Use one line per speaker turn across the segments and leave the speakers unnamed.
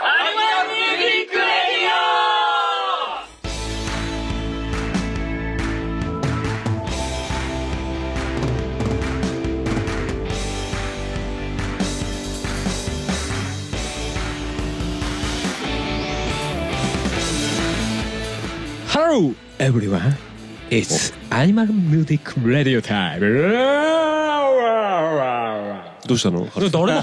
アニマルミュージックレディ
ハロー everyone! It's Animal Music Radio Time!
どうしたのハルさ ん
誰の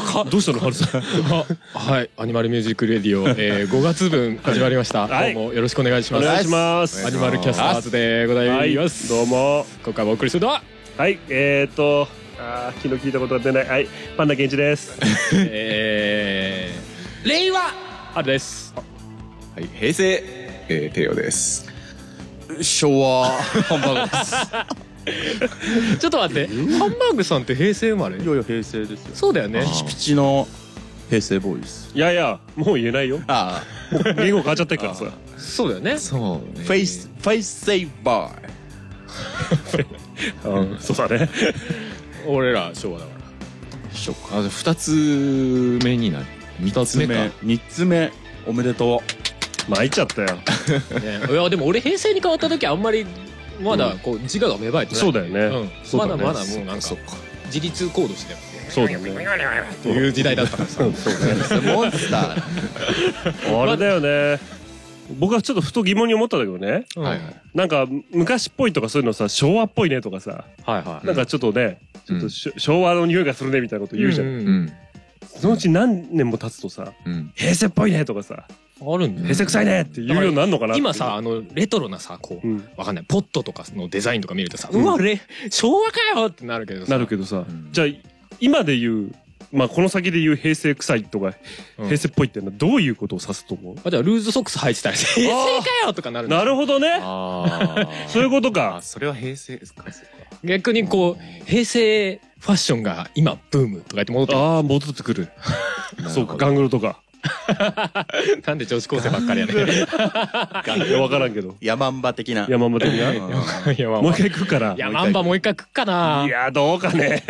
話
どうしたのハルさん
はい、アニマルミュージックレディオ、えー、5月分始まりました。
はい
どうもよろしくお願いします。
お願いします
アニマルキャスターズでございます。
どう。も
今回もお送りするのは、
はいえーとあー昨日聞いたことが出ないはいパンダケンイチです
えー、令和あれです。
はい、平成、えー、帝王です。
昭和ハンバーガーです。
ちょっと待って、ハンバーグさんって平成生まれ
いよいよ平成ですよ。
そうだよね。
ピチ
ち
ピチの
平成ボーイです。
いやいやもう言えないよ
あ
言語変わっちゃってるからさ
そうだよね。
そうね。フェイスフェイスセイバー。
そうだね
俺ら昭和だから。
ショック。あじゃあ二つ目になる。三つ目か。
三つ目おめでと
参っちゃったよ
ね、いやでも俺平成に変わった時あんまりまだこう自我が芽生えてない、
そうだよ
う
ね
ん
そう
まだ
だね
まだもうなんか
そっか。
自立行動してたよ
そうだね
っていう時代だったからさ
モンスタ
あれだよね僕はちょっとふと疑問に思ったんだけどね
ー。はいはい。
なんか昔っぽいとかそういうのさ昭和っぽいねとかさ
はいは
なんかちょっとねちょっ
う
と
ん
しょ昭和の匂いがするねみたいなこと言うじゃん
うん
そのうち何年も経つとさ
うん。
平成っぽいねとかさ
あるんだよ
平成臭いねって言うようになるのかなって
今さあのレトロなさこう、
うん
わかんないポットとかのデザインとか見るとさ、う
うん
われ昭和かよってなるけどさ
なるけどさ、
ん
じゃあ今で言うまあこの先で言う平成臭いとか
うん
平成っぽいってのはどういうことを指すと思う、
あじゃあルーズソックス履いてたら平成かよとかなるんだ
なるほどね
ああ。
そういうこと
あ
か
それは平成ですか。そっか
逆にこう平成ファッションが今ブームとか言って戻って
ああ戻ってくる そうかガングロとか
くるなんで女子高生ばっかりやねんい
いや分からんけど
う。ヤマンバ的な。
山本的
う
なん
や まあまあ
もう一回行くから
いやマンバもう一回食っかない
やどう かね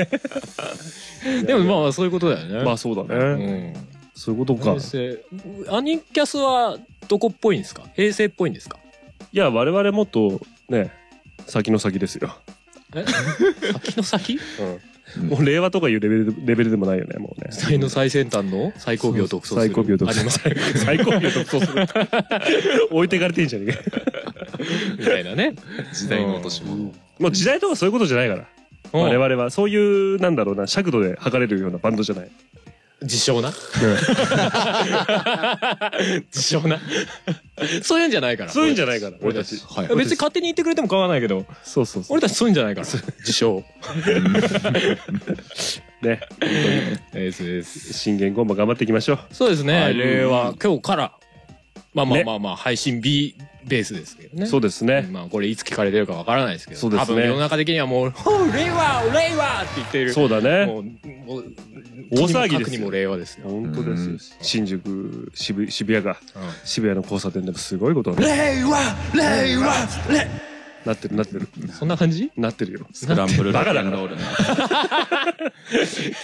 でもまあそういうことだよね。
まあそうだね、
うん、
そういうことか
平成アニキャスはどこっぽいんですか平成っぽいんですか
いや我々もっとね先の先ですよ、
え先の先
もう令和とかいうレベルでレベルでもないよねもうね
時代の最先端の最高秒を独走する
最高秒独走
あります
最高級独走する 置いてかれてんじゃねえか
みたいな ね。
時代の落とし物。
もう時代とかそういうことじゃないから
うん
我々はそういうなんだろうな尺度で測れるようなバンドじゃない
自称 な自称なそういうんじゃないから。
そういうんじゃないから俺たち
はい
別に勝手に言ってくれても構わないけど
そうそうそう
俺たちそういうんじゃないから自称
ね
ですです
新元号も頑張っていきましょう
そうですね令和今日からまあまあ
ね
まあまあ配信 B ベースですけどね
そうですね
まあこれいつ聞かれてるかわからないですけど
そうですね
多分世の中的にはもう「 ほう令和令和!」って言っている
そうだ
も
ね
うもう
大騒ぎですよ
とにもかくにも令和ですよ
本当で
う
す
ん
よ新宿渋渋谷が渋谷の交差点でもすごいことに
令和令和
なってるなってる
そんな感じ
なってるよ
スクランブル
バカだ
ロ
から
ックンロールね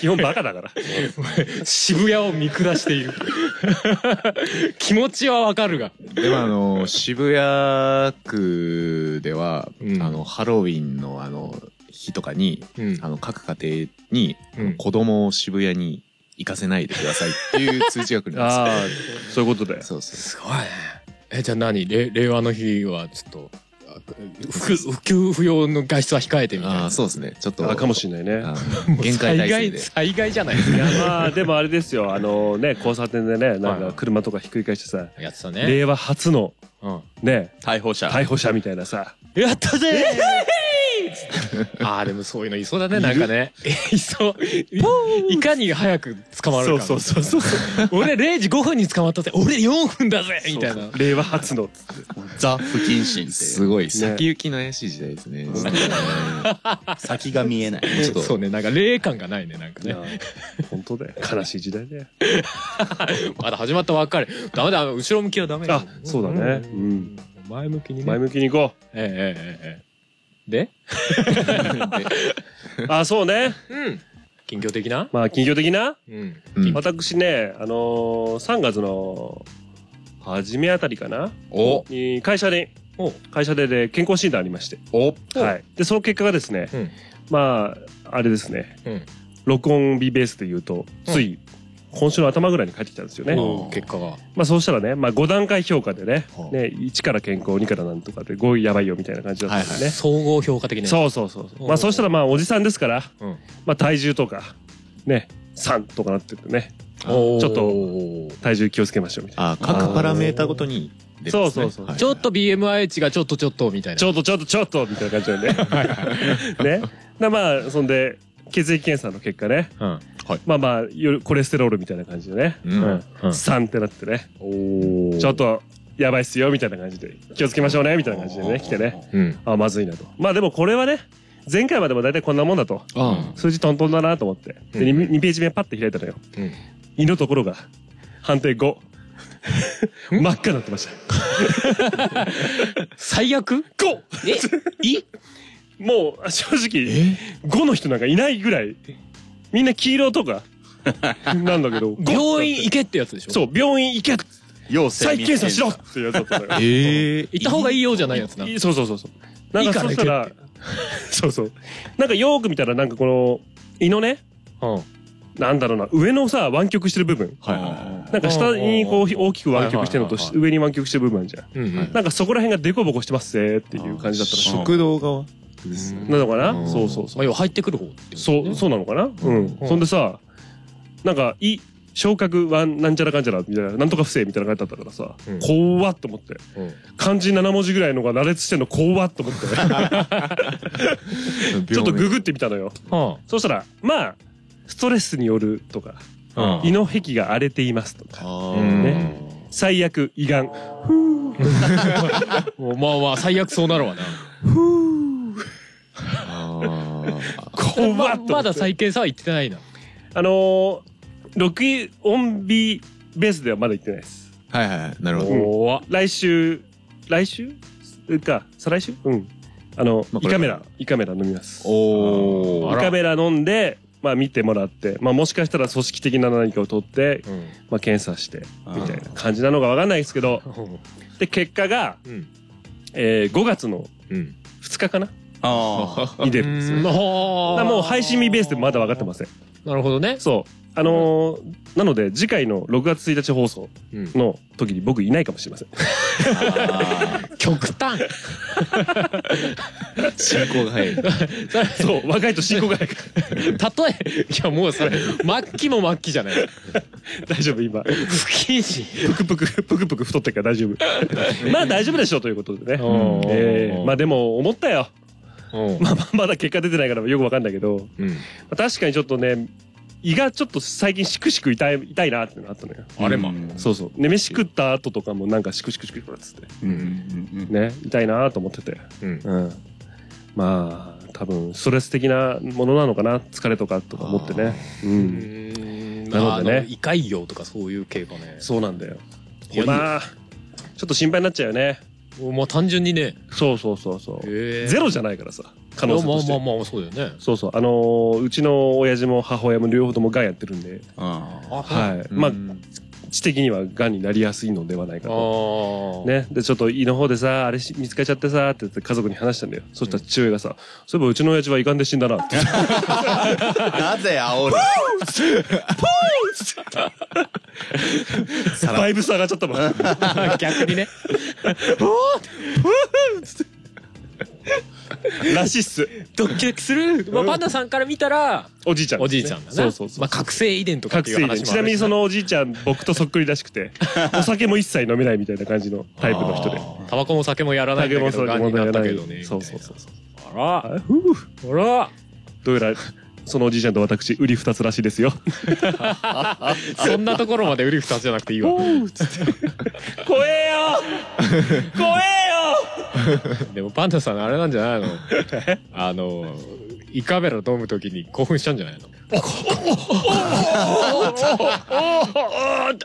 基本バカだから
渋谷を見下している 気持ちはわかるが
でもあの渋谷区では、
うん
あのハロウィンのあの日とかに、
うん
あの各家庭に、
うん
子供を渋谷に行かせないでくださいっていう通知が来るんです よ。
ああそういうことで
そうそ
すごいねえじゃあ何れ令和の日はちょっとあふ不給不要の外出は控えて
う。
みたい
あ
な
あそうですね。ちょっと
あかもしんないね
あ
も
の
う
限界
災
大勢
害
で。
災害じゃないです
い
か
やまあでもあれですよあのね交差点でねなんか車とかひっくり返してさ
やってたね、
令和初の
うん、
ね
逮捕者。
逮捕者みたいなさ
やったぜ ああでもそういうのいそうだねなんかねいそういいかに早く捕まるか
そうそうそう
俺0時5分に捕まったぜ俺4分だぜみたいな
令和初の
ザ不謹慎って
すごい先行きの怪しい時代ですね。そうね
先が見えない。
ちょっと
そうねなんか霊感がないねなんかね
本当だよ悲しい時 代だよ
まだ始まったばっかりダメだ後ろ向きはダメだ
あそうだね
う
うんん
前向きにね
前向きに行こ
ええええええで
うあそうね
うん近況的な
まあ、近況的な
うん。
うん
私ね、あのー、3月の初めあたりかな
お
に会社で、会社でで健康診断ありまして、
お
はい。で、その結果がですね、
うん
まあ、あれですね、
うん
録音日ベースで言うと、つい、今週の頭ぐらいに帰ってきたんですよね。
お結果が。
まあそうしたらね、まあ5段階評価でね
は、あ
ね1から健康、2からなんとかで5位やばいよみたいな感じだったんですね。
総合評価的な。う。
そうそうそうそう。ま
おう
あそうしたらまあおじさんですから、
うん
まあ体重とか、ね、3とかなっててね、
ちょ
ちょっと
と。
体重気をつけましょうみたいな。
あ各パラメータごとに出てます
そうそうそう
はい
ちょっと BMI 値がちょっとちょっとみたいな。
ちょっとちょっとちょっとみたいな感じだよね。ね。なまあそんで、血液検査の結果ね、
うん
はい
まあまあよりコレステロールみたいな感じでね、
うん
3ってなってね、
お
ちょっ。とやばいっすよみたいな感じで、気をつけましょうねみたいな感じでね、来てね。
うん。
あまずいなとまあでもこれはね前回までも大体こんなもんだと
あ
数字トントンだなと思ってで 2,
うん
ページ目パッて開いたのよ、
うん
胃のところが判定5 真っ赤になってました
最悪
5!
えい
もう正直5の人なんかいないぐらいみんな黄色と かなんだけど5
病院行けってやつでしょ
そう病院行け
要請
再検査しろっていうやつだったのよ
え え
行った方がいいようじゃないやつな。
いいそうそうそうそうなんかそしたら
いい
そうそうなんかよーく見たらなんかこの胃のね
うん。
なんだろうな上のさ湾曲してる部分
はいは
なんか下にこ
うん
う
うんうん
大きく湾曲してるのと
はいはいはい
上に湾曲してる部分あるじゃん
うんうん。
なんかそこら辺がデコボコしてますぜっていう感じだったらしい
い食道側
なのか
う
なんそうそう
ま
そ
あ、
う
要は入ってくる方ってことね
そうそうなのかなうん
うん
そんでさなんか胃昇格はなんちゃらかんちゃらみたいななんとか不正みたいな感じだったからさ
うん
怖っと思って
うん
漢字7文字ぐらいのが羅列してんの怖っと思って ちょっとググってみたのよ
は
そしたらまあストレスによるとか
あ
胃の壁が荒れていますとか
あ
うん
ね
最悪胃がん
もうまあまあ、最悪そうなるわな。
あ
怖
ー
っと思
ま
って
まだ再検査は行ってないな。
あのー、録音日ベースではまだ行ってないです。
はいはいはいなるほど
怖来週、来週か、再来週うん。あの、
まあ
胃
これ
カメラ、胃カメラ飲みます。胃
お
あら
カメラ飲んで、まあ見てもらって、まあもしかしたら組織的な何かを取って、
うん。
まあ検査して、みたいな感じなのかわかんないですけど、で、結果が、
うん
えー、5月の
うん。
2日かな
ああ
に出るんですよ。だからも
も
う配信日ベースでまだ分かってません。
なるほどね。
そう。あのー、なので次回の6月1日放送
うん
の時に僕いないかもしれ ません。
極端。
進行が早 い
それ
そう、若いと進行が早く。
例 え、いやもうそれ、末期も末期じゃない。
大丈夫、今。
不謹慎。
ぷくぷく、ぷくぷく太ってるから大丈 夫。まあ大丈夫でしょうということでね。
うん
えーまあでも思ったよ。
うん
まあまあまだ結果出てないからよくわかんないけど、ま
うん
あ確かにちょっとね、胃がちょっと最近しくしく痛い、痛いなってのがあったのよ。
あれま
そうそう。ね、飯食った後とかもなんかしくしくしくしくっつって。ね、痛いなと思ってて。
うん
うん、まあ多分ストレス的なものなのかな疲れとかとか思ってね、う、
うんん。
なの
まあ
でね
あの胃潰瘍とかそういう系かね。
そうなんだよ
いや
まあちょっと心配になっちゃうよね
まあ単純にね。
そうそうそうそう
ゼ
ゼロじゃないからさ可能性として
まあまあまあ、そうだよね。
そうそうあのーうちの親父も母親も両方ともがんやってるんで、
あ
はいまあ知的にはがんになりやすいのではないか
あ
と。
ー。
ね、でちょっと胃の方でさあれし見つかっちゃってさって言って家族に話したんだよそしたら父親がさ、そういえばうちの親父は胃がんで死んだな って
なぜ煽る
バイブス上がっちゃったもん
逆にね。
らしいっす
ドキドキする。まあパンダさんから見たら、
おじいちゃん
お
です
じ
ね、
いちゃんだね。
そうそうそう
まあ覚醒遺伝とかって
覚
いう
醒
話もあ
遺伝
るし
ちなみにそのおじいちゃん僕とそっくりらしく てお酒も一切飲めないみたいな感じのタイプの人で
タバコも酒もやらないんだけど、
酒
が
も
んに
酒も
な
や
っ
ら
た
な
け
い
どね。
そうそうそうそう
う。あら、
あふう
あら、
どうやらそのおじいちゃんと私売り二つらしいですよ
そんなところまで売り二つじゃなくていいわ。
怖えよ怖え
でもパンダさんあれなんじゃない のあの、胃カメラ飲むときに興奮しちゃうんじゃない のあ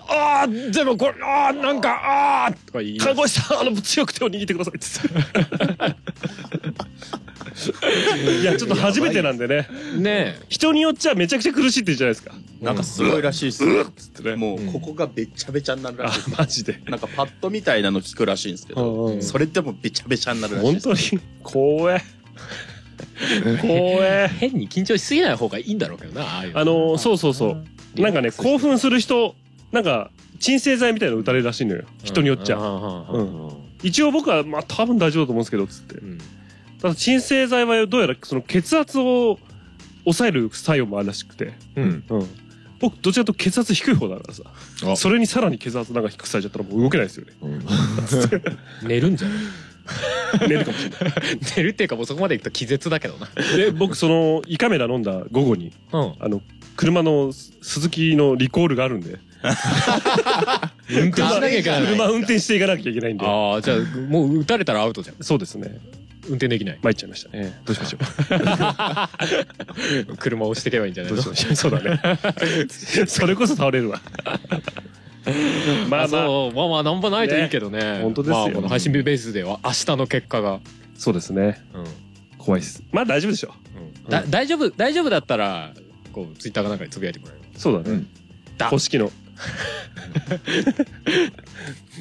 あーでもこれ、ああ、なんか、ああとか言い
よ看護師さんあの強く手を握ってくださいっつって いやちょっと初めてなんでね
ね
人によっちゃめちゃくちゃ苦しいって言うじゃないですか
なんかすごいらしいっすよ。
つってね
もうここがべちゃべちゃになる
あ
らしいです。
マジで
なんかパッドみたいなの聞くらしいんですけど、
本
それでもべちゃべちゃになるらしいです。
当に怖え怖え
変に緊張しすぎない方がいいんだろうけどなああいう
あのーそうそうそう
リラ
なん
ック
かね
スして
興奮する人なんか鎮静剤みたいなの打たれるらしいのよ人によっちゃ
ゃ
一応僕はまあ多分大丈夫だと思うんですけどつってただ鎮静剤はどうやらその血圧を抑える作用もあるらしくて、
うん
僕どちらかというと血圧低い方だからさ
あ
それにさらに血圧なんか低くされちゃったらもう動けないです よね
寝るんじゃない
寝るかもしれ
寝るっていうかもうそこまでいくと気絶だけどな
ないで僕その胃カメラ飲んだ午後に
うん
あの車のススズキのリコールがあるんで
運転しなきゃいけない
車運転していかなきゃいけないんで
ああじゃあもう撃たれたらアウトじゃん
そうですね
運転できない
参っちゃいましたねどうしましょう
車を押していけばいいんじゃない
どう
の
しましょう そうだ ねそれこそ倒れるわまあまあ
そうまあまあなんぼないといいけどね
本当ですよ
まあこの配信日ベースでは明日の結果が
そうですね怖いですまあ大丈夫でしょ
だ大丈夫大丈夫だったらこうツイッターかなんかにつぶやいてもらえる
そうだね、
だ
公式の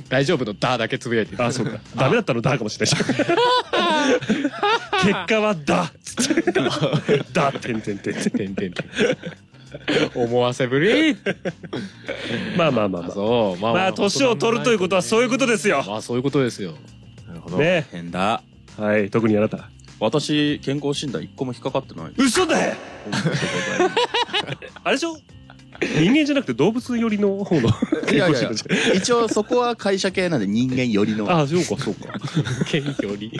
大丈夫の「だ」だけつぶやいて
あそうかダメだったのだかもしれないし結 果はだ っつってだてんてんてんて
て
ん
んてんてん思わせぶり
まあまあまあまあ
そうまあ
まあ年を取るということはそういうことですよ
まあそういうことですよ
なるほど
ね
変だ。
はい特にあなた
私、健康診断一個も引っかかってない。
嘘 だよあれでしょ人間じゃなくて動物寄りの方の
いやい
健
や
康診断
一応そこは会社系なんで人間寄りの。
あそうかそうか
謙虚に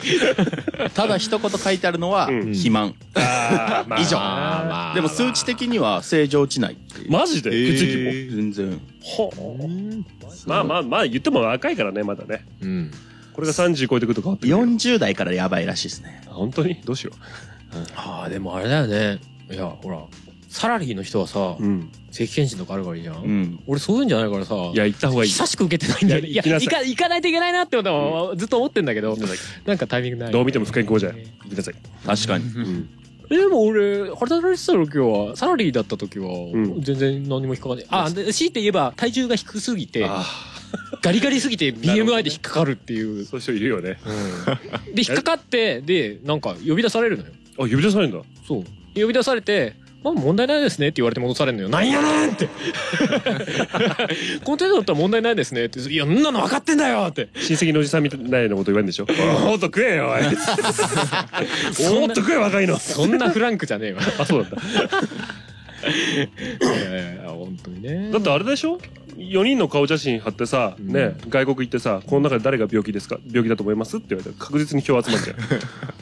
ただ一言書いてあるのは、
うん
肥満。
あーまあ
以上
まあまあ
でも数値的には正常値内っていう。
マジで血液も、
全然。
まあまあまあ言っても若いからねまだね
うん
これが30超えてくると変わってくる
40代からやばいらしいですね。
あ本当にどうしよ
ああでもあれだよねいやほらサラリーの人はさ
う、うん、
定期検診とかあるからいいじゃん、
うん。
俺そういうんじゃないからさ
いや行った方がいい
久しく受けてないんだよね
い
い
や
や
行きなさ
行
い
か行かないといけないなってことはずっと思ってんだけどなんかタイミングない
どう見ても不健康じゃん行きなさい
確かに。
えでも俺働いてた時はサラリーだった時は
ん
全然何も引っかかんない、あで強いて言えば体重が低すぎて
あ
ガリガリすぎて
なるほど
BMI で引っかかるっていう
そういう人いるよね
で引っかかってでなんか呼び出されるのよ
あ呼び出されるんだ
そう呼び出されて「まあ問題ないですね」って言われて戻されるのよ「なんやね ん!」って「この程度だったら問題ないですね」って「いやんなの分かってんだよ!」って
親戚のおじさんみたいなこと言われんでし ょもっと食え よおいもっと食え若いの
そんなフランクじゃねえわ
あそうなんだ
ええ本当にね
だってあれでしょ4人の顔写真貼ってさ、ね外国行ってさこの中で誰が病気ですか病気だと思いますって言われたら確実に票集ま るじゃん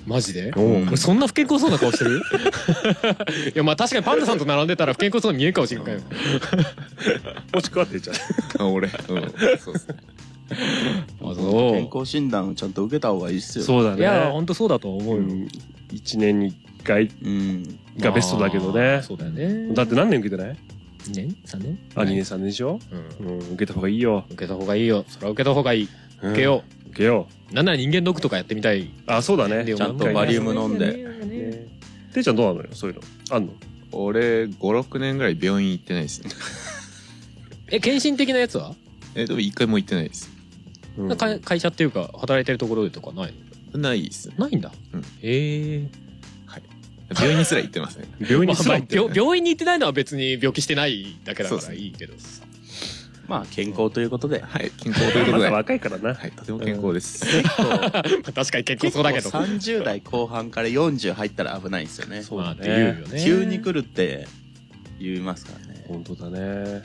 マジで
うん
俺そんな不健康そうな顔してる いやまあ確かにパンダさんと並んでたら不健康そうに見えるかもしれないよ
もしくはって言っちゃう
俺、うん、そうですね。
あ
健
そ
康診断をちゃんと受けた方がいいっすよ。
そうだ
ういや本当そうだと思うよ、
1年に1回
うん。
がベストだけどね
そうだよね
だって何年受けてない
2年3年
あ2年3年でしょ
うん
うん受けた方がいいよ
受けた方がいいよそれは受けた方がいい
受
受けよ
受けよ
うなんなら人間ドックとかやってみたいう
あそうだね
ちゃん
な
と
んか
バ
ね
リウム飲んで。
ねていちゃんどうなのよそういうのあんの
俺、5、6年ぐらい病院行ってないですね。
え献身的なやつは、
え、でも一回も行ってないです。
うん
か会社っていうか働いてるところでとかない
ないですね。
のないんだ、
うん
へえ
病院にすら行ってません。
病院
ま
に
あ
す
ま
ら
あ
行って
病病院に行ってないのは別に病気してないだけだか
そう
ら
そう
いいけど
まあ、健康ということで。
はい、健康というこ
ま
と
だ
で。
若いからな
はい、とても健康です。
まあ 確かに結構そうだけど
結構30代後半から40入ったら危ないんですよね。
まあっていうよね
急に来るって言いますからね。
本当だね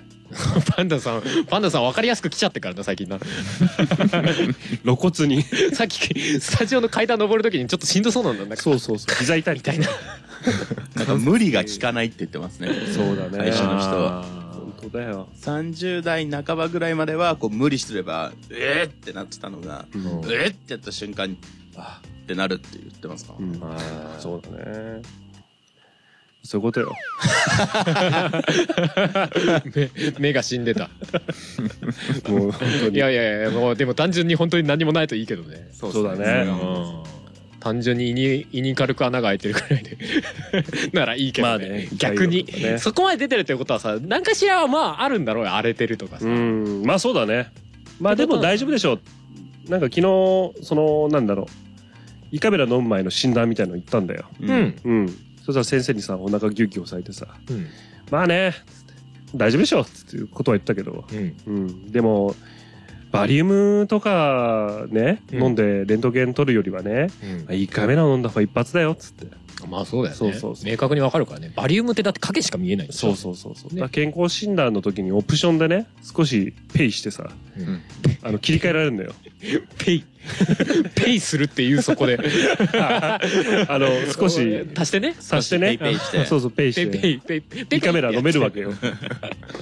パンダさんパンダさん分かりやすく来ちゃってからな最近な
露骨に
さっきスタジオの階段登るときにちょっとしんどそうなんだなんか
そうそうそう膝痛いみたいな
なんか無理が効かないって言ってますね。
そうだね
会社の人は。
本当だよ
30代半ばぐらいまでは、こう無理すれば、えーってなってたのが、えーってやった瞬間に、あーってなるって言ってますか、
うんそうだねそういうことよ
目目が死んでた
もう 本当
い
に
やいやいやもうでも単純に本当に何もないといいけどね
そ
そうだね
うん単純に胃に胃に軽く穴が開いてるくらいで ならいいけどね,、
まあね
逆に、
痛いよとかね
そこまで出てるということはさ何かしらはまああるんだろうよ荒れてるとかさ、
うんまあそうだねまあでも大丈夫でしょうなんか昨日そのなんだろう胃カメラ飲む前の診断みたいの行ったんだよ
うんうん
うんそしたら先生にさお腹ギュッギュ押さえてさ「まあねつって大丈夫でしょ」っていうことは言ったけど、
うん
うん、でもバリウムとかね、
うん
飲んでレントゲン取るよりはね
うん
まあ胃カメラ飲んだ方が一発だよっつって
まあそうだよね
そうそうそう
明確にわかるからねバリウムってだって影しか見えないんだよ
そうそうそうそう、
ね
だから健康診断の時にオプションでね少しペイしてさ、
うん
あの切り替えられるんだよ
ペイ ペイするっていうそこで
あの少し
足してね
足してね
ペイペイして
そうそうペ
ペ
イし
イ
て
ペイペイペイペイ
胃カメラ飲めるわけよ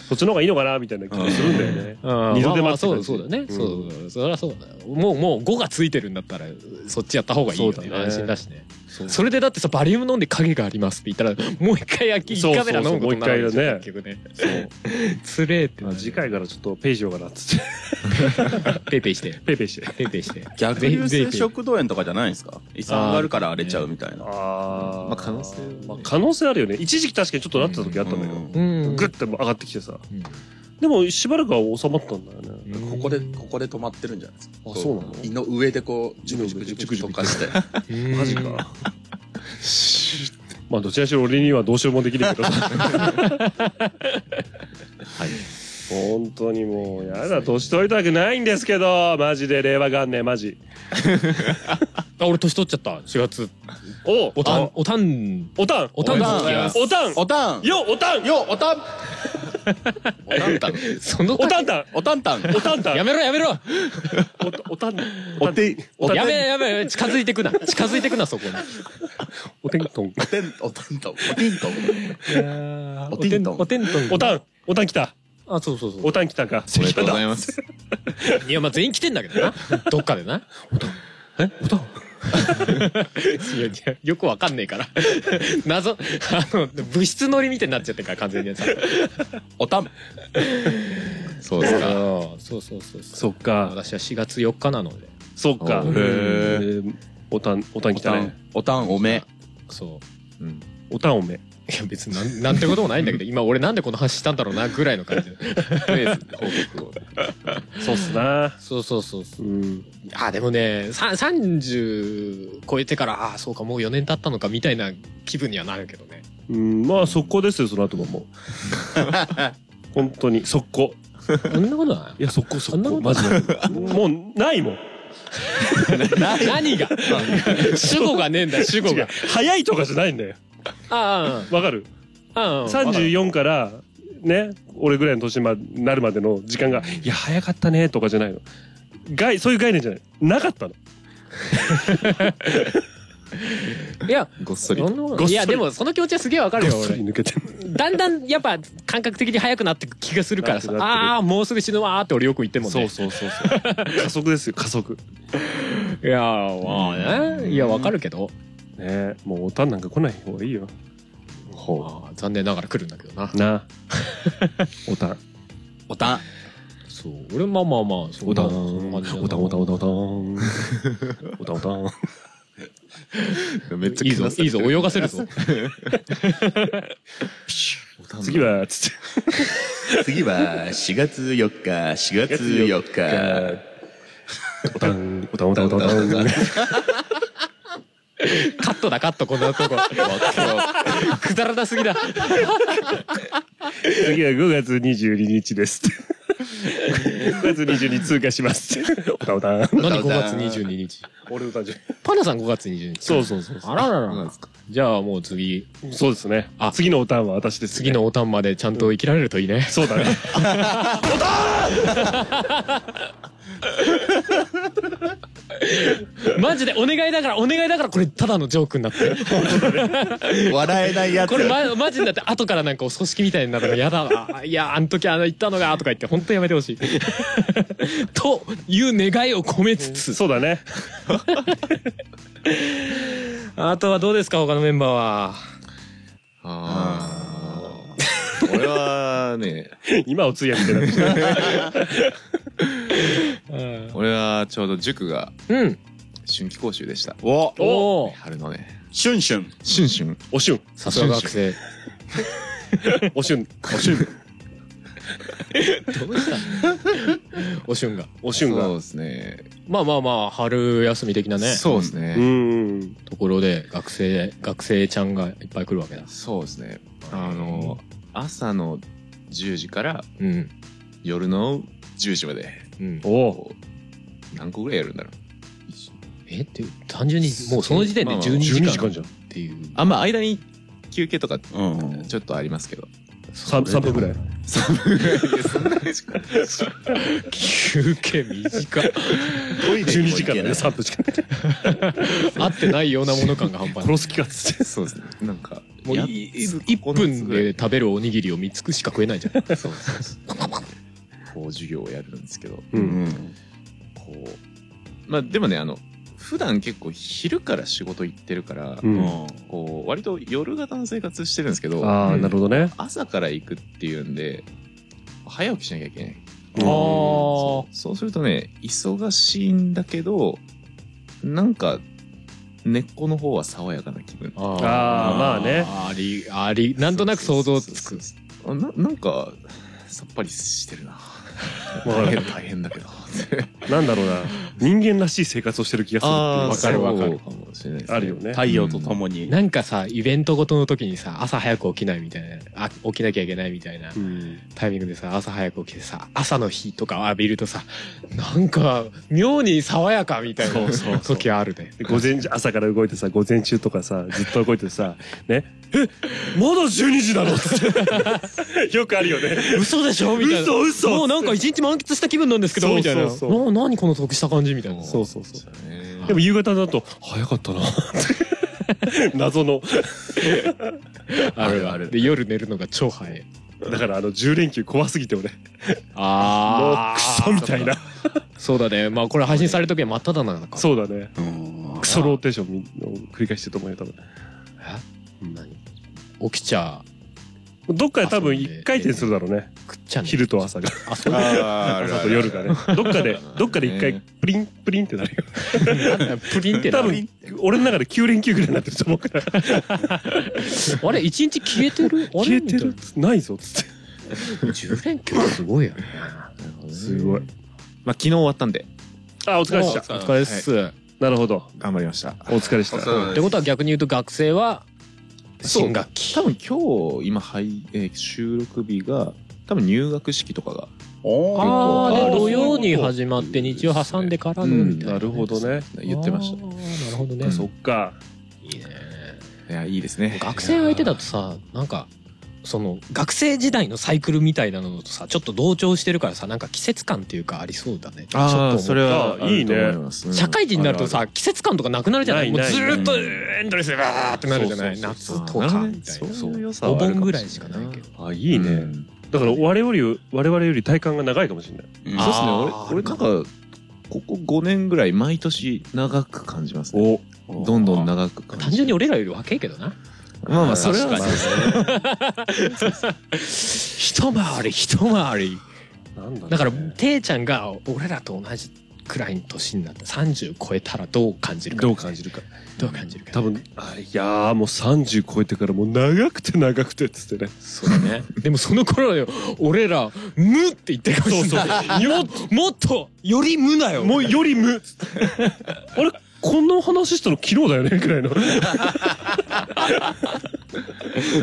そっちの方がいいのかなみたいな気がするんだよね
うん
二度
ま
手間
あまあ
って
そ
感
う
じ
そうだね、
うん
そうそりゃそうだよもうもう5がついてるんだったらそっちやった方がいいよ
そ
ね
うだね
安心だしねそれでだってさバリウム飲んで影がありますって言ったらもう一回焼き
そう
胃
そう
カ
そ
メ
う
ラ飲むことになるわけじゃん
もう一
結局ね
そう
つれーってな
まあ
る
次回からちょっとペイしようかなっつって
ペイペイして
ペイペイして
ペイペイして
逆流性食道炎とかじゃないんですか胃酸があるから荒れちゃうみたいな。
あ
まあ可能性はね
まあ可能性あるよね一時期確かにちょっとなってた時あったんだけど、
うん
うん
グッて上がってきてさ
うん
でもしばらくは収まったんだよね
ここで、ここで止まってるんじゃないですか。
あそうなの
胃の上でこう、ジュクジュクジュクジュクとかして。
うん
マジかまあどちらにしろ俺にはどうしようもできるけど本当にもうやだ年取りたくないんですけどマジで令和元年マジ
あ俺年取っちゃった4月
お
おたん
お
おた ん
おたん
おたんの時が
おたん
おたんよ
よおたん
おたんおたんたん。
その
おたんたん
おたんたん。
おたんたん
やめろやめろ
おたおたん
おてん、おてん
やめやめ近づいてくな近づいてくなそこに
おてんとん
おてん、おたんとん。おてんとん。おてんとん
おてんとん
おたんおたん来た
あそうそうそう
おたん来たか
おめでとうござ います。
いやまあ全員来てんだけどなどっかでなえおたんいやいやよくわかんねえから謎あの物質乗りみたいになっちゃってるから完全にさ
おたん。
そうですか。
そうそうそうそう
そっか
私は4月4日なので
そっか
へー
おたんおたん
お
来
た
たね
ん、おたんおめ。
そう
うん
おたんおめ
いや別になんなんてこともないんだけど今俺なんでこの話したんだろうなぐらいの感じで
とりあえず報告を。
そうっすな
そうそうそうそう
うん
あでもねさ30超えてからああそうかもう4年経ったのかみたいな気分にはなるけどね
うんまあ速攻ですよその後ももう本当に速攻
そんなことない
いや速攻
そんな
速
こ
攻
と
マジでもうないもん
何が主語がねえんだ主語
違
が
う早いとかじゃないんだよ
あ
わかる
あああ
34からね俺ぐらいの年にまなるまでの時間がいや早かったねとかじゃないの概そういう概念じゃないなかったの
いや
ごっそ
そ
り。
んなこと
ごっそり
いやでもその気持ちはすげえわかるよ
すり
俺
抜けてる
だんだんやっぱ感覚的に速くなってく気がするからさ
なってるなってる
ああもうすぐ死ぬわーって俺よく言ってんもん
そう
ね
そうそうそう加速ですよ加速
いやーまあねいやわかるけど
ねもうおたんなんか来ない方がいいよ
まあ残念ながら来るんだけどな
なおたん
おたん。
そう俺まあまあまあそ
おたん
そな感じだな
おたんおたんおたんおたんおたんおたん
めっちゃ
いいぞいいぞ泳がせるぞ
次はつって
次は、4月4日、4月4日。
おたんおたんおたんおたんおたん
カットだカットこんなとこくだらなすぎだ
次は5月22日です5月22日通過しますおたんおたん
何5月22日
俺の誕生日
パンダさん5月22日
そうそうそう
あらら
そうなん
ら
ですか。
じゃあもう次
そうですね
あ
次のおたんは私です、ね、
次のおたんまでちゃんと生きられるといいね
そうだね
マジでお願いだからお願いだからこれただのジョークになって
笑えないやつ。
これ、ま、マジになって後からなんかお組織みたいになるのやだわいやあの時あの言ったのがとか言って本当やめてほしい という願いを込めつつ
そうだね
あとはどうですか他のメンバーは
ああ。俺はね、
今お通夜みたいになってきた
うん
俺はちょうど塾が
うん
週春季講習でした。
お
おお
春のね、
シュンシュン。
シュンシュン。
おしゅん。
さすが学生
おしゅん。おしゅん。
おしゅんが
おしゅんが。
そう
う
ですね。
まあまあまあ春休み的なね
そうですね。
ーん。
ところで学生学生ちゃんがいっぱい来るわけだ
そうですね。あの、朝の10時から
うん
夜の10時まで、
うん
お
何個ぐらいやるんだろう。
えって単純にもうその時点で
まあまあ
12
12
時間
時間じゃん。
っていう
あんま間に休憩とか
うん。
ちょっとありますけど。
3, 三分ぐらい。
休憩短
12時間だね、3分しか。
合ってないようなもの感が半端ない
殺す気かっつって。
そうですね。なんか、
もう
やっつ
1
9つ
分
ぐらい
で食べるおにぎりを3つしか食えないじゃん
そうそうそう。こう授業をやるんですけど、
う。
うんん。
こう。まあでもね、あの、普段結構昼から仕事行ってるから、
うん。
こう、割と夜型の生活してるんですけど、
ああ、なるほどね。
朝から行くっていうんで、早起きしなきゃいけない。
あ
そうそうするとね、忙しいんだけど、なんか、根っこの方は爽やかな気分。
あ
あ
ー
あー、まあね。
ありありなんとなく想像つく
あななんかさっぱりしてるな
わか
大
る
変大変だけど
なんだろうな。人間らしい生活をしてる気がする
あ
って
ー
いう。わかるわか
そ
る
う。かもしれないです、
あるよね。
太陽と共に。
なんかさイベントごとの時にさ朝早く起きないみたいなあ起きなきゃいけないみたいな
うん。
タイミングでさ朝早く起きてさ朝の日とかを浴びるとさなんか妙に爽やかみたいな時あるね
で午前中朝から動いてさ午前中とかさずっと動いてさねえまだ12時なのってよくあるよね
嘘でしょみたいな
嘘嘘
もうなんか一日満喫した気分なんですけどみたいな
そうそうそ
もう何この得した感じみたいな
そうそうそう
そうだね
でも夕方だと早かったな謎の
あるあるで夜寝るのが超早い
だからあの10連休怖すぎて俺もう
あ
クソみたいな
そうだねまあこれ配信される時は真っ只中か
そうだね
うん
クソローテーションみを繰り返してると思うよ多分
え何起きちゃ
どっかで多分一回転するだろうね
くっちゃね
昼と朝が
あそうだ
あー
朝 と夜がねどっかでどっかで一
ね
回プリンプリンってなるよ
プリンってな
多分俺の中で9連休ぐらいになってると思うから
あれ一日消えてるあれ
消えて
み
るないぞっつって
たいな10連休すごいよね
すごい
まあ昨日終わったんで
あお疲れっし
お
た
疲れっす、
なるほど
頑張りました
お疲れっし
そ
た
うそう
ってことは逆に言うと学生は
そう
新学期
多分今日今、はいえー収録日が多分入学式とかが
おー
ああ
あ
で
ー
土曜に始まって日曜挟んでからのみたいな、
なるほどね
言ってました
あーなるほどね、
うん
そっか
いいね
いやいいですね
学生相手だとさなんかその学生時代のサイクルみたいなのとさちょっと同調してるからさなんか季節感っていうかありそうだねちょっと思
あ
う
あそれは
あいいね
あると思ますうん
社会人になるとさ季節感とかなくなるじゃない
ないない
もうずーっと
うん
エンドレスでバーってなるじゃない夏と
あなる
か
ほどね
みたいな
そういう良さ
お
はある
盆
も
ぐ
れ
ら
ない
しかないけど
あいいね、
うん
だから我々より我々より体感が長いかもしれない
うん
そう
あ
ですね。
ー
俺、俺なんか、ここ5年ぐらい毎年長く感じますね。
お
どんどん長く感じ
単純に俺らより若いけどな
まあまあ、それは
確か に
一回り一回り
なんだ,、ね、
だからていちゃんが俺らと同じくらいの年になって30超えたらどう感じるか
どう感じるか
どう感じるか
多分あいやーもう30超えてからもう長くて長くてっつってね
そうだねでもその頃よ俺ら「無」って言ってるかもしれないよもっとより無だよ
もうより無あれこんな話したの昨日だよねぐらいの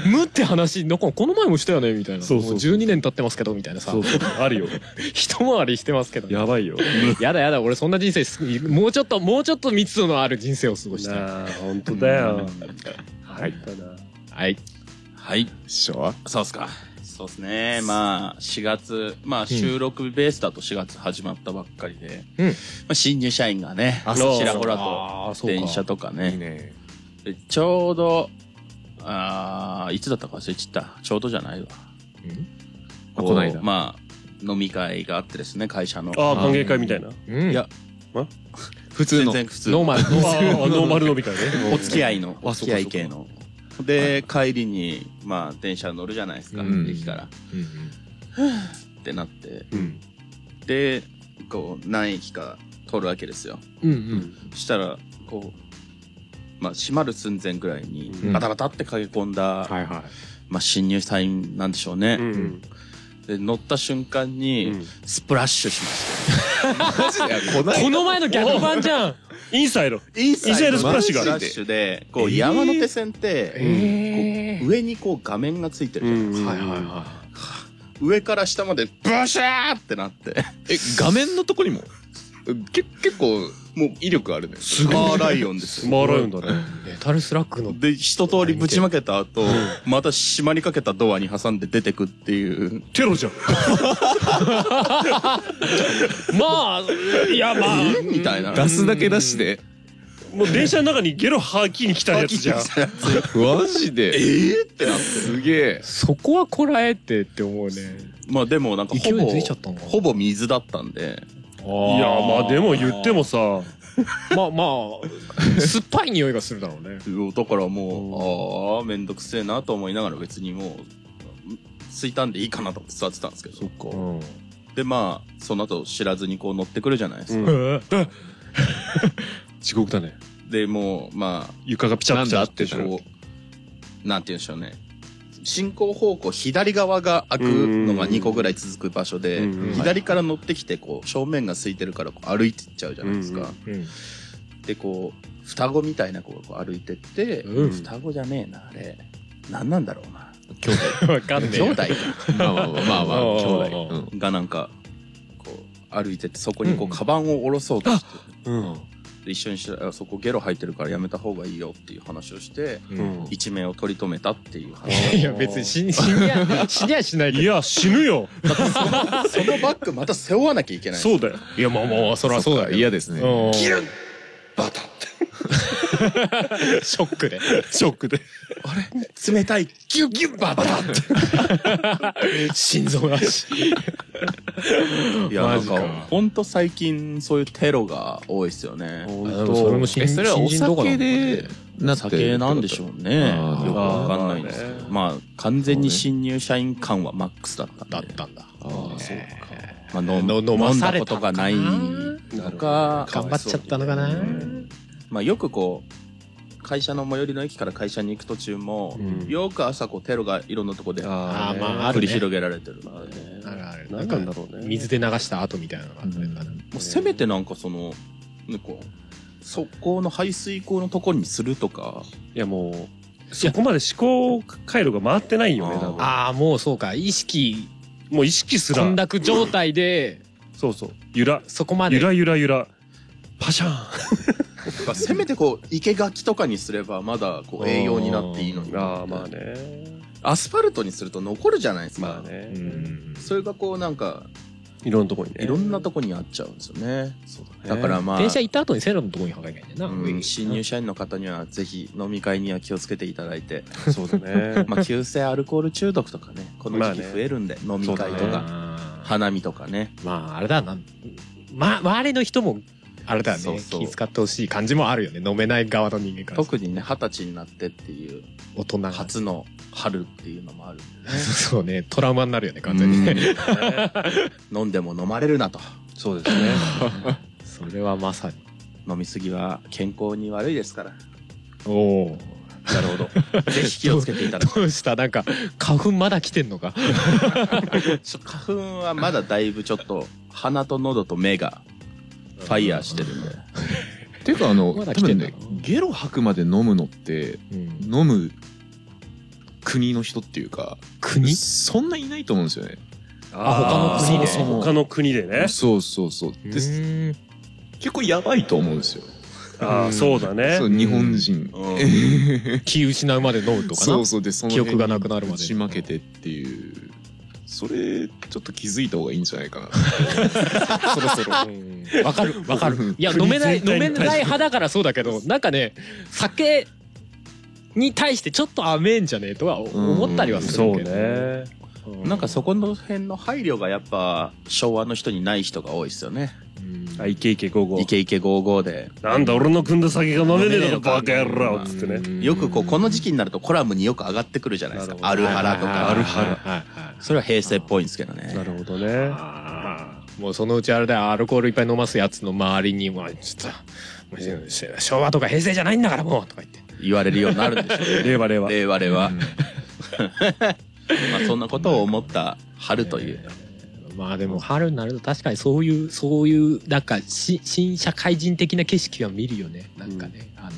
無って話なんかこの前もしたよねみたいな
そうそう
も12年経ってますけどみたいなさ
そうそうあるよ
一回りしてますけどね
やばいよ
やだやだ俺そんな人生すもうちょっともうちょっと密度のある人生を過ごしたい
なあ本当だよ入ったな
はい
はい。
師匠は
そうっすか。そうっすね。まあ、4月、まあ、収録日ベースだと4月始まったばっかりで、
うん
まあ、新入社員がね、
あそう
ちらほら
あー
と、
そうか
電車とか
いい
ね。
ね。
でちょうど、あーいつだったか忘れちった。ちょうどじゃないわ。
あ
こう
こないだ
まあ、飲み会があってですね、会社の。
ああ歓迎会みたいな
うん
いや
普通
全
の。
然普通
ノーマルノーマ
あ
ル
ーノーマル飲み会ね
お付き合いの、お
あそ
付
うかそうか
き合い系の。で、帰りに、まあ、電車乗るじゃないですか、
うん
駅から。ってなって、
うん
でこう何駅か取るわけですよ。
うんうん。
そしたら、こう、まあ、閉まる寸前ぐらいに
う、ん
バタバタって駆け込んだ、
はいは
まあ、侵入隊員なんでしょうね。
うん
で、乗った瞬間
う
に
ん、
スプラッシュしまし
い。この前の逆版じゃん。
インサイド
た。イン
インサイドスプラッシュが
スプラッシュで、こう、山手線って、こう上にこう画面がついてるじゃないですか。
はいはいは
上から下までブシャーってなって、
え画面のとこにもけ結構もう威力あるね
スマーライオンですよ。
マーライオンだね
い。メタルスラック の。
で、一通りぶちまけた後、また閉まりかけたドアに挟んで出てくっていう。
テロじゃん
まあ、いやまあ。
みたいな。
出すだけ出して
もう電車の中にゲロ吐きに来たやつじゃん
マジで
えーってなって。
すげえ
そこはこらえてって思うね。
まあでもなんか
勢
ほ
い
ぼ、
ついちゃったのかな
ほぼ水だったんで、
い
いやまあでも言っても。さ
まあまあ、酸っぱい匂いがするだろうね。
だからもう、ああ、めんどくせえなと思いながら別にもう、水んでいいかなと思って座ってたんですけど。
うん。
でまあ、その後知らずにこう乗ってくるじゃないですか。
地獄だね
で、もう、まあ、
床がピチャピチャ
なんだってなる
こう、なんて言うんでしょうね。進行方向左側が開くのが2個ぐらい続く場所で
うんうん、
左から乗ってきて、こう、正面が空いてるからこう歩いてっちゃうじゃないです
うん
か。
うん。
で、こう、双子みたいな子がこう歩いてって、
うん
双子じゃねえな、あれ。何なんだろうな。
わかんねえ
兄
よ。
弟か
まあまあまあまあまあ
おう
兄
おうおう
弟うん
がなんか、こう、歩いてって、そこにこ
う
う、
ん
カバンを下ろそうとして、
うん
で一緒にしたら、そこゲロ吐いてるからやめた方がいいよっていう話をして、
うん
一命を取り留めたってい う話。
いや別に死に死に や死にやしないけ
いや死ぬよ
そのバッグまた背負わなきゃいけない。
そうだよ
どいやまあまあそりゃそうだよ
嫌ですね
うん
ギュンバタって。
ショックで
ショックで
冷たい。
ギュギュバタって 心臓がし
いや、
マ
な
ジ
ん
か
か、ほんと最近そういうテロが多いですよね。
それも新
えそれはお酒でなってるって
酒
こと
なんでしょうね。
あー
よくわかんないんですけど。まあ、完全に新入社員感はマックスだったんで。
だったんだ
ああそう
まあ、飲
の飲
飲
ま
ん
さ
だ
れ
こ
たの
と
かな
がないのか、
頑張っちゃったのかな
まあ、よくこう、会社の最寄りの駅から会社に行く途中も、
ん
よく朝こうテロがいろんなとこで
ああまああ
繰
る
り
ね
広げられてるので、
あるある
何なんだろうね
水で流した後みたいなのがあったのかな
もうせめてなんかその、ね、こう、側溝の排水溝のところにするとか、
いやもうそこまで思考回路が回ってないよね
あー
多分
ああもうそうか意識
もう意識すら
混濁状態で
そうそうゆら
そこまで
ゆらゆらゆらパシャー
だからせめてこう、生垣とかにすればまだこ
あ
う
ー
栄養になっていいのに。
ンああまあ。ね
アスファルトにすると残るじゃないですか。
まあね
うん
それがこうなんか、
いろんなとこにね
いろんなとこにあっちゃうんですよね。
だ
だからまあ、
電車行った後に線路のとこに測りゃいけないな
うん新入社員の方にはぜひ飲み会には気をつけていただいて、
そうだね
まあ急性アルコール中毒とかね、この時
まあ
期
ね
増えるんで、飲み
そ
会と
うだ
か、
あー
花見とかね。
まああれだな、ま、周りの人もあれだよね
そうそう
気遣ってほしい感じもあるよね飲めない側の人間から
特にね、二十歳になってっていう、
大人が
初の春っていうのもある。
そうねトラウマになるよね完全にね
飲んでも飲まれるなと。
そうですね
それはまさに
飲みすぎは健康に悪いですから。
おお
なるほど。 ぜひ気をつけていただき
どうしたなんか花粉まだ来てんのか
ちょ花粉はまだだいぶちょっと、鼻と喉と目が、ファイヤーしてるんで。
ていうかあの
ま
多
だ来て
分
んだ
ね
な
ゲロ吐くまで飲むのって
うん
飲む国の人っていうか
国
そんないないと思うんですよね
あ他の国で
そうそう他の国でね
そうそうそうで結
うん
構やばいと思うんですよ
ああそうだね
そう日本人
気失うまで飲むとかな
そうそうでその辺
記憶がなくなるまで
打ち負けてっていうそれちょっと気づいた方がいいんじゃないかな
そろそろうんわかるわかるいや飲
国
めない
全
飲め
体に対して
ない派だからそうだけどなんかね酒に対してちょっと甘えんじゃねえとは思ったりはす
そう
るけど
ね
う
なんかそこの辺の配慮がやっぱ昭和の人にない人が多いですよね。
あイケイケゴーゴー
イケイケゴーゴーで。
なんだ俺の組んだ酒が飲めねえだろバカ野郎
うん
つってね
よくこう、この時期になるとコラムによく上がってくるじゃないですか。
な
ア
る
ルハラとか。
アルハラ
それは平成っぽいんですけどね。
なるほどね
あもうそのうちあれだよアルコールいっぱい飲ますやつの周りにもうちょっともう昭和とか平成じゃないんだからもうとか言って
言われるようになるんでしょうね
令和令和。
令和令和まあそんなことを思った春という
まあでも春になると確かにそういうそういうなんかし新社会人的な景色は見るよねなんかね、あの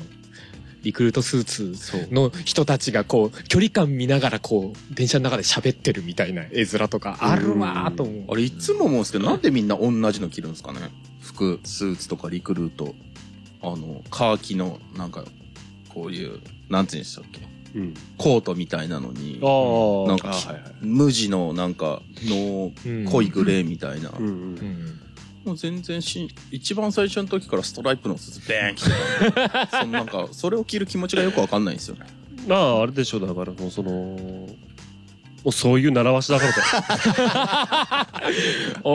リクルートスーツの人たちがこう距離感見ながらこう電車の中で喋ってるみたいな絵面とかあるわーと思う
あれいつも思うんですけどなんでみんな同じの着るんですかね服スーツとかリクルートあのカーキのなんかこういうなんて言うんでしたっけ
うん。
コートみたいなのに
ああ。
なんかき無地のなんかの
うん
濃いグレーみたいな、
うんう
う。
ん
ん
もう全然しん一番最初の時からストライプのスーツベーン着て たそのなんかそれを着る気持ちがよくわかんないんですよね
まああれでしょだからもうそのもうそういう習わしだからだ
お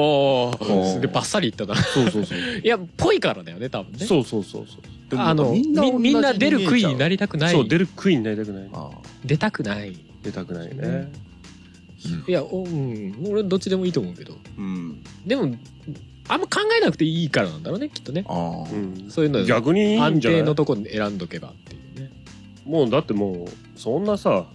お
ー
ー
でバッサリいったな
そうそうそう
いやぽいからだよね多分ね
そうそうそうそう
でも
あのみ
みん
ん
な
な
同じ
みんな出る杭
に見えちゃう
になりたくない
そう出る杭になりたくない
ああ
出たくない
出たくないね
いやおうん俺どっちでもいいと思うけど
うん
でもあんま考えなくていいからなんだろうねきっとね
ああ、
うん
そういうの
逆にいいん
安
じゃな
定
い
のとこに選んどけばっていうね
もうだってもうそんなさ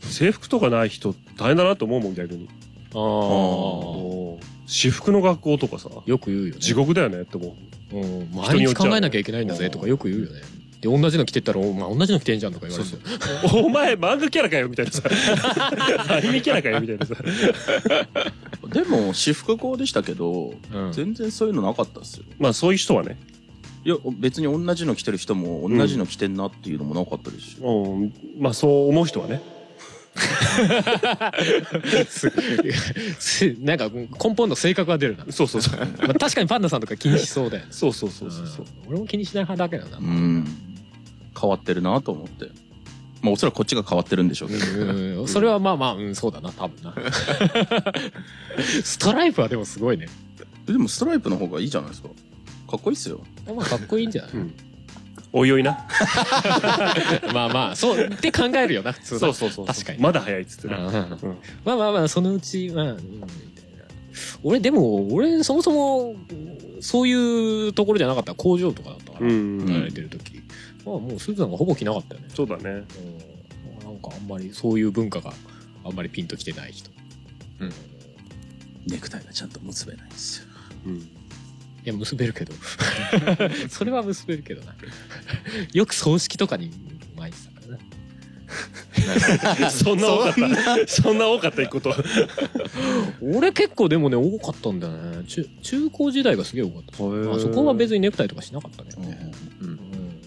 制服とかない人大変だなと思うもん逆に
あ
ー
もう私服の学校とかさ
よく言うよね
地獄だよねって思う
うん、
人
毎
によっ
日
ちゃ
考えなきゃいけないんだぜとかよく言うよねで同じの着てったら「お前同じの着てんじゃん」とか言われて
お前漫画キャラかよみたい なさアニメキャラかよみたいなさ
でも私服校でしたけど
うん
全然そういうのなかったっすよ
まあそういう人はね
いや別に同じの着てる人も同じの着てんなっていうのもなかったですし、
うんまあそう思う人はね
す なんか根本の性格が出るな、
そうそうそう
まあ、確かにパンダさんとか気にしそうだよね
そうそうそうそうそう
うん俺も気にしない派だけどな
うん変わってるなと思ってまあおそらくこっちが変わってるんでしょうけど
うんそれはまあまあ、うん、そうだな多分 なストライプはでもすごいね
でもストライプの方がいいじゃないですかかっこいいっすよ
まあかっこいいんじゃな い、
おいおいな
まあまあそうって考えるよな普通は
そうそうそう
確かに
まだ早いっつって
う
ね
ん
うん
まあまあまあそのうちまあ、うん、みたいな俺でも俺そもそもそういうところじゃなかった工場とかだったから、
うん
働いてる時まあもうスーツなんかほぼ着なかったよね
そうだね
うんなんかあんまりそういう文化があんまりピンときてない人い
ネクタイがちゃんと結べないんですよ
や結べる けどそれは結べるけどなよく葬式とかに毎日だからね
そんな多かったそんな多かった一こと
俺結構でもね多かったんだよね中中高時代がすげえ多かったまあそこは別にネクタイとかしなかったけどね、うん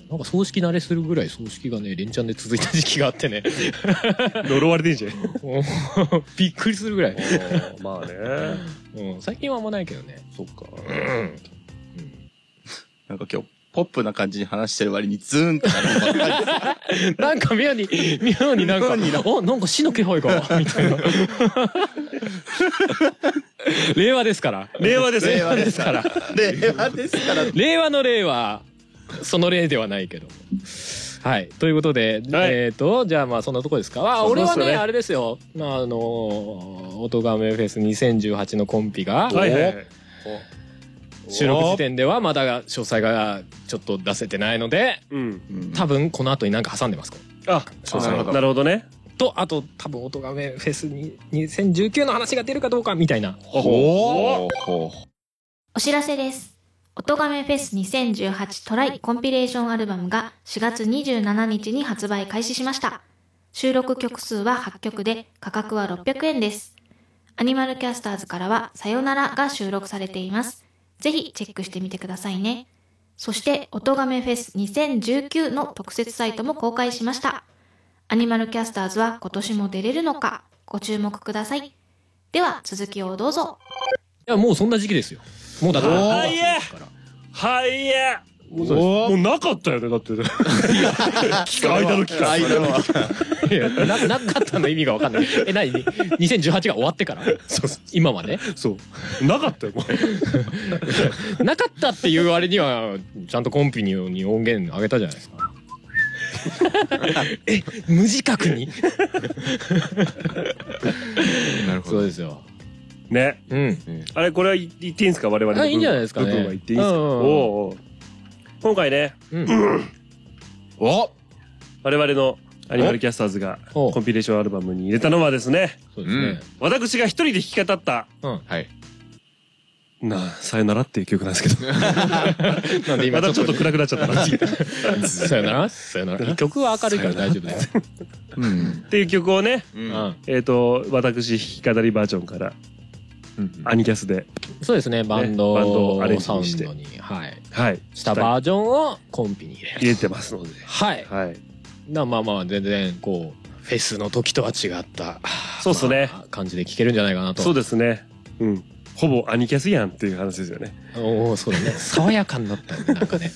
なんか葬式慣れするぐらい葬式がね連チャンで続いた時期があってね
呪われてんじゃん
びっくりするぐらい、
ま あね
うん、最近はあんまないけどね
そっか
なんか今日ポップな感じに話してる割にズーンってなるのばっかり
なんか妙に妙になんかあなんか死の気配がみたいな 令和ですから
令和ですね
令和です
から
で令和ですから
令和の令はその例ではないけどはいということで、えっ、とじゃあまあそんなとこですかあ俺はねあれですよまああのー「オトガメフェス2018」のコンピが、
はいはいはい
収録時点ではまだ詳細がちょっと出せてないので
うん
多分この後に何か挟んでます
あ
詳細は
なるほどね
とあと多分「音がめフェスに2019」の話が出るかどうかみたいな
おお
お知らせです。おとがめフェス2018トライコンピレーションアルバムが4月27日に発売開始しました。収録曲数は8曲で価格は600円です。アニマルキャスターズからはさよならが収録されています。ぜひチェックしてみてくださいね。そして、おとがめフェス2019の特設サイトも公開しました。アニマルキャスターズは今年も出れるのかご注目ください。では続きをどうぞ。
いやもうそんな時期ですよもうだって
はい
5
え
月から
はいえもうなかったよねだって ね間の期間
いやななかったの意味が分かんない え何2018が終わってから今まで
そうなかったよもう
なかったっていう割にはちゃんとコンピニオに音源あげたじゃないです かえ無自覚に
なるほ
そう
ど
ですよ
ね。
うん。
あれ、これは言言っていいんですか我々の
あ
部
いいんじゃないですかね
部分は言っていいですか
うんうんうん
おうおう今回ね、
うん。
お
我々のアニマルキャスターズが
お
コンピレーションアルバムに入れたのはですね、
そうですね。
私が一人で弾き語った、
はい。
なあ、さよならっていう曲なんですけど、
なん で今
またちょっと暗くなっちゃったなっ
さよならさよなら。曲は明るいから大丈夫です。
うん。
ていう曲をね、
う
うん
ん。
えっ、と、私弾き語りバージョンから、アニキャスで、
そうですね、バンド
バンドをアレンジ
サウン
して
ドに、はい。
はい、
したバージョンをコンピに入れる。
入れてますので、
はい。
はい。
なまあまあ、全然、こう、フェスの時とは違った、
そうっすね
まあ感じで聴けるんじゃないかなと。
そうですね。うん。ほぼアニキャスやんっていう話ですよね。
おおそう だね爽やかにな ったねなんかね,、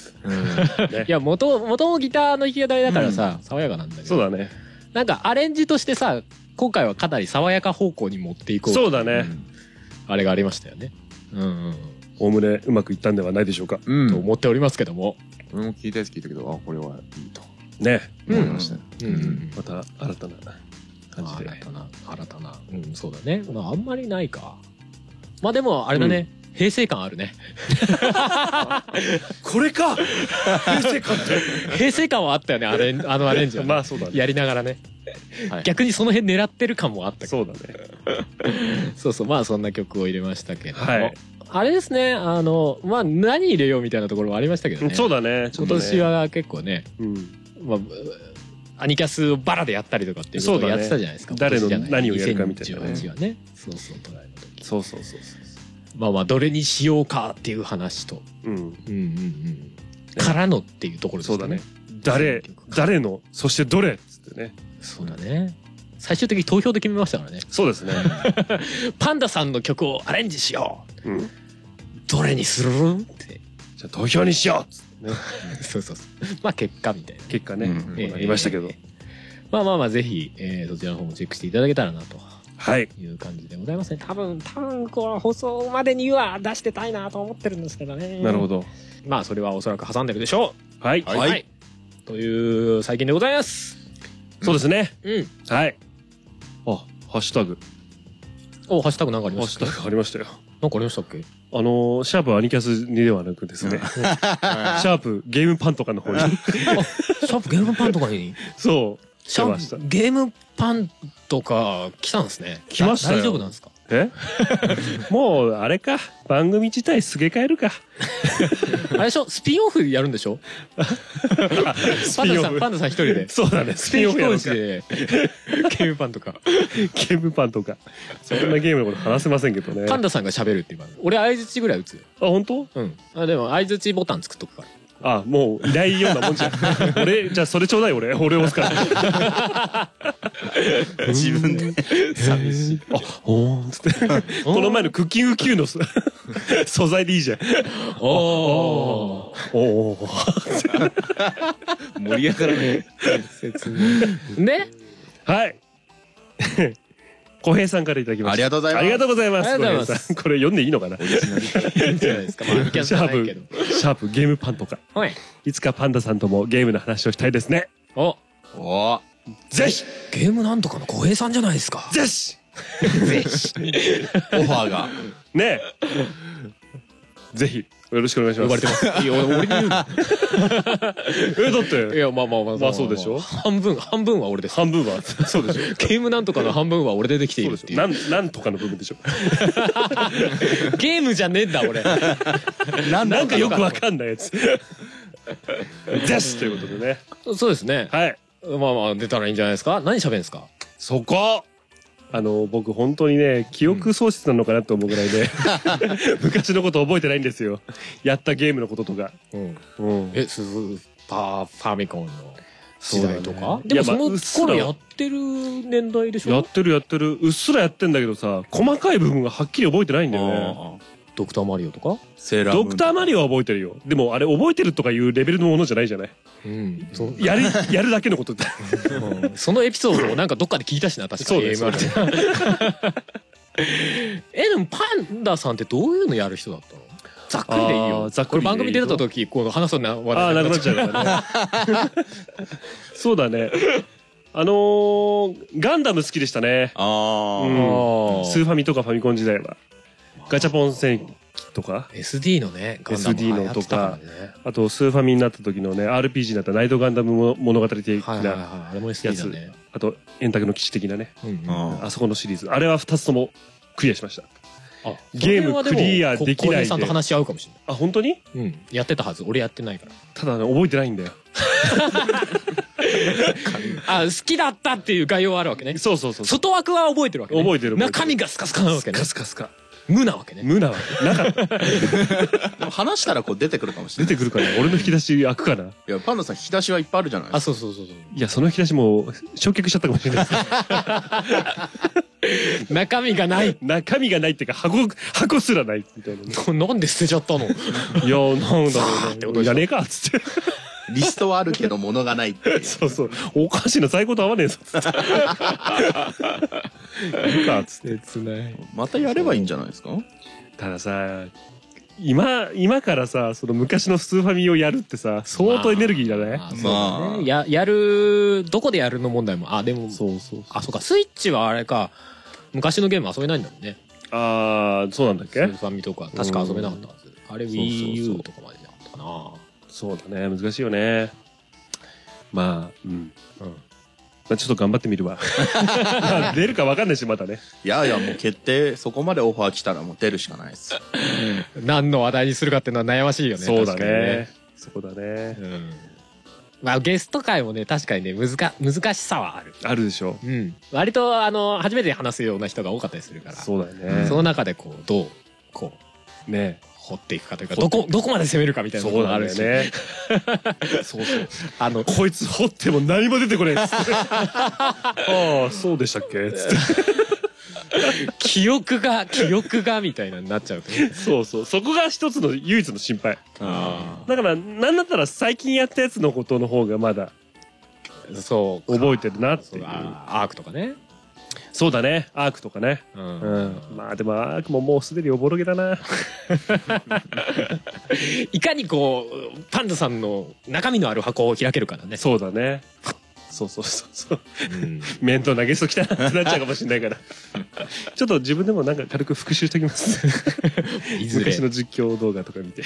ね
いや元々元々ギターの弾き語りだからさ、爽やかなんだけど
そうだね。
なんかアレンジとしてさ今回はかなり爽やか方向に持っていこう
そうだね。
あれがありましたよねうんうん、
おおむねうまくいったんではないでしょうか。
う
うん、と
ん。
思っておりますけども、
俺も聞いたやつ聞いたけど、あ、これはいいと
ね。
思いましたね。
うんうん
また新たな感
まあ
じで
新。たな新たなうんそうだねまああんまりないかまあでもあれだね、平成感あるね
これか
平成感はあったよねあれあのアレンジはね、
まあそうだね。
やりながらね、
はい
逆にその辺狙ってる感もあったけど
そうだね。
そうそう、まあそんな曲を入れましたけども、
はい
あれですね、あの、まあ何入れようみたいなところもありましたけどね。
そうだね。ちょ
今
っとね
年。は結構ね、
うん。
まあ、アニキャスをバラでやったりとかっていうことを
そう
や
だ
っ
ね
てたじゃないですか。
誰の
今年じゃ
何をやるかみたいなね
2018はね。そうそう、トライの時。
そうそうそうそ
まあまあ、どれにしようかっていう話と、
う。うん。
うんうんうん。からのっていうところです
そ
ね。
うだね。。誰、誰の、そしてどれっつってね。
そうだね。最終的に投票で決めましたからね。
そうですね。
パンダさんの曲をアレンジしよう
うん。
どれにするって。
じゃあ投票にしようっつってね。
そうそうそう。まあ結果みたいな。
結果ね、
うん
こうなりましたけど
え。えまあまあまあ、ぜひ、えーそちらの方もチェックしていただけたらなと
はい。
いう感じでございますね。多分、多分、この放送までには出してたいなと思ってるんですけどね。
なるほ
ど。
ど。
まあ、それはおそらく挟んでるでしょ
はい。
う。
はい。
という最近でございます。
そうですね。
うん。
はい。あ、ハッシュタグ。
お、ハッシュタグなんかあり
ハッ
ま
シ
し
ュ
たっ
タグありましたよ。
けなんかありましたっけ
あのー、シャープアニキャスにではなくですね、 シャープゲームパンとかの方に。
シャープゲームパンとか に、
そう。
シ
来
ャ
ました
ープゲームパンとか来たんですね。
来ましたよ
だ大丈夫なん ですか
えもう、あれか。番組自体すげ替えるか。
あれでしょスピンオフやるんでしょパンダ
ンオ
さん、
フ
パンダさん一人で。
そうだね。ス
ス
ピ
ピ
ン
ン
オ
オ
フ
フ
やろう
講
か
師で、ゲームパンと か。
ゲームパンとか。そんなゲームのこと話せませんけどね。
パン
あ、
ダさんが喋るっていう番組俺相槌ぐらい打つよ
本当？
うんあでも相槌ボタン作っとくから
あ、もういないようなもんじゃ ん。俺、じゃあそれちょうだい俺。俺押すから。
自分で。
寂しい。あ、おーんつって。 この前のクッキング Q の素 素材でいいじゃん。
お
おー。
盛り上がらない。
ね
はい。小平さんからいただきました。
ありがとうございます
ありがとうございます。
ありがとうございます
小平さんこれ読んでいいのかなシ
いいんじゃないですか まあ案件じゃ
ャ
ないけ
ー
ど
プ、シャープゲームパンとか。
はい
いつかパンダさんともゲームの話をしたいですね。
お
お
ぜひ
ゲームなんとかの小平さんじゃないですか
ぜひ
オファー が。
ねえ。ぜひ、よろしくお願いします。
呼ばれてますいや俺俺に言うの
え、だっ
い
て、
やまあまあまあ
まあそうでしょ
半分半分は俺です
半分は、そうでしょ。
ゲームなんとかの半分は俺でできてい
そう
る
で
って
しょ。
いう
な、
ん
なんとかの部分でしょ。
ゲームじゃねえんだ俺
なん
なんかよくわかんないやつ。ぜひということでね。
そうですね
はい。
まあまあ出たらいいんじゃないですか何喋るんですか
そこあの僕本当にね記憶喪失なのかなと思うぐらいで、 昔のこと覚えてないんですよやったゲームのこととか、
うん
うん、
えスズパーファミコンの時代と
そう
か
だね
でも
いやまあうっ
そ
す
の
ら
頃
は
やってる年代でし
や
ょ
ってるやってるうっすらやってんだけどさ細かい部分がはっきり覚えてないんだよね
ドクターマリオとか
セーラームー
ド
ン
クターマリオは覚えてるよでもあれ覚えてるとかいうレベルのものじゃないじゃない
うんそ
やるやるだけのことって
うんそのエピソードをなんかどっかで聞いたしな確か
そう
に
ね
AMR で えでもパンダさんってどういうのやる人だったのざっくりでいい
あ
よ
ーざっ
こ
くり
れ
でいいよ
番組出た時この話すような話
ああ
題
な
になっ
くなっ
ち
ち
ゃ
ゃ
う
うからねそうだねあのー、ガンダム好きでしたね。
ああ、
うん
あ
スーファミとかファミコン時代は。ガチャポン戦記とか、
SD のね、ガンダム
SD の
流行っ
とか
てた
あとスーファミになった時のね、RPG になったナイトガンダム物語的な、
からね。はいはいはい。あれも SD だね。
あと、円卓の基地的なね、
うんうん
あ
あそこのシリーズ。あれは2つともクリアしました。
あ
ゲームクリアできないで
小さんと話し合うかもし
あ、本当に
れない。うん。やってたはず。俺やってないから。
ただね、覚えてないんだよ。
あ、好きだったっていう概要はあるわけね。
そうそうそう。
外枠は覚えてるわけね。
覚えてる覚えてる
中身がスカスカなわけね
カ。スカスカ。
無なわけね。
無なわけなかった。
でも話したらこう出てくるかもしれ
出
ない
てくるかな俺の引き出し開くかない
やパンダさん引き出しはいっぱいあるじゃない
あ、
ですか
そうそうそうそう。
いや、その引き出しもう焼却しちゃったかもしれないで す。
中身がない。
中身がないっていうか、箱、箱すらないみたいなね。
なんで捨てちゃ ったの
いや、なんだろ
って
う
ことで
な。
しょ
やねえかっつって。
リストはあるけど物がないっていう
そうそう。おかしいな、在庫と合わねえ ぞ。つっていいかっつって
切ない。
またやればいいんじゃないですか
たださ、今、今からさ、その昔のスーファミをやるってさ、相当エネルギーだね。
あそうだ
まあ
ね。や、やる、どこでやるの問題も。あ、でも、
そうそう
あ、そうか、スイッチはあれか、昔のゲーム遊べないんだもんね。
ああ、そうなんだっ
ス
け
ーファミとか、確か遊べなかったはず。あれ、
うそうそう
Wii U とかまでじゃなかったかな。
そうだね、難しいよね。まあ、うん。まあ、ちょっと頑張ってみ るわ。まあ出るか分かんないし、またね。
いやいやもう決定そこまでオファー来たらもう出るしかないです
何の話題にするかっていうのは悩ましいよね。
そうだ
確かに
ね。。そこだね。
うん。まあ、ゲスト会もね、確かにね、難、難しさはある。
あるでしょ。
うん。割と、あの、初めて話すような人が多かったりするから。
そうだよ
うんその
ね。
中で、こう、どう、こう、
ね。
掘っていくかというか、
掘
ど
ってい
こ、どこまで攻めるかみたいなの
そう
も
な
あ
ん
る
だよ
し。
ね。
そうそう。あの、
こいつ掘っても何も出てこないです。 ああ、そうでしたっけつって。
記憶が、記憶が、みたいなになっちゃうとね。
そうそう。そこが一つの唯一の心配。
あ
だから、なんだったら最近やったやつのことの方がまだ
そうか。
覚えてるなって
そ
いうう
か。あアークとかね。
そうだね。アークとかね。
う。
うんん。まあでもアークももうすでにおぼろげだな。
いかにこう、パンダさんの中身のある箱を開けるかだね。
そうだね。そうそうそうそう。
うん
面倒投げすぎたなってなっちゃうかもしれないから。ちょっと自分でもなんか軽く復習しておきます。
いずれ
昔の実況動画とか見て。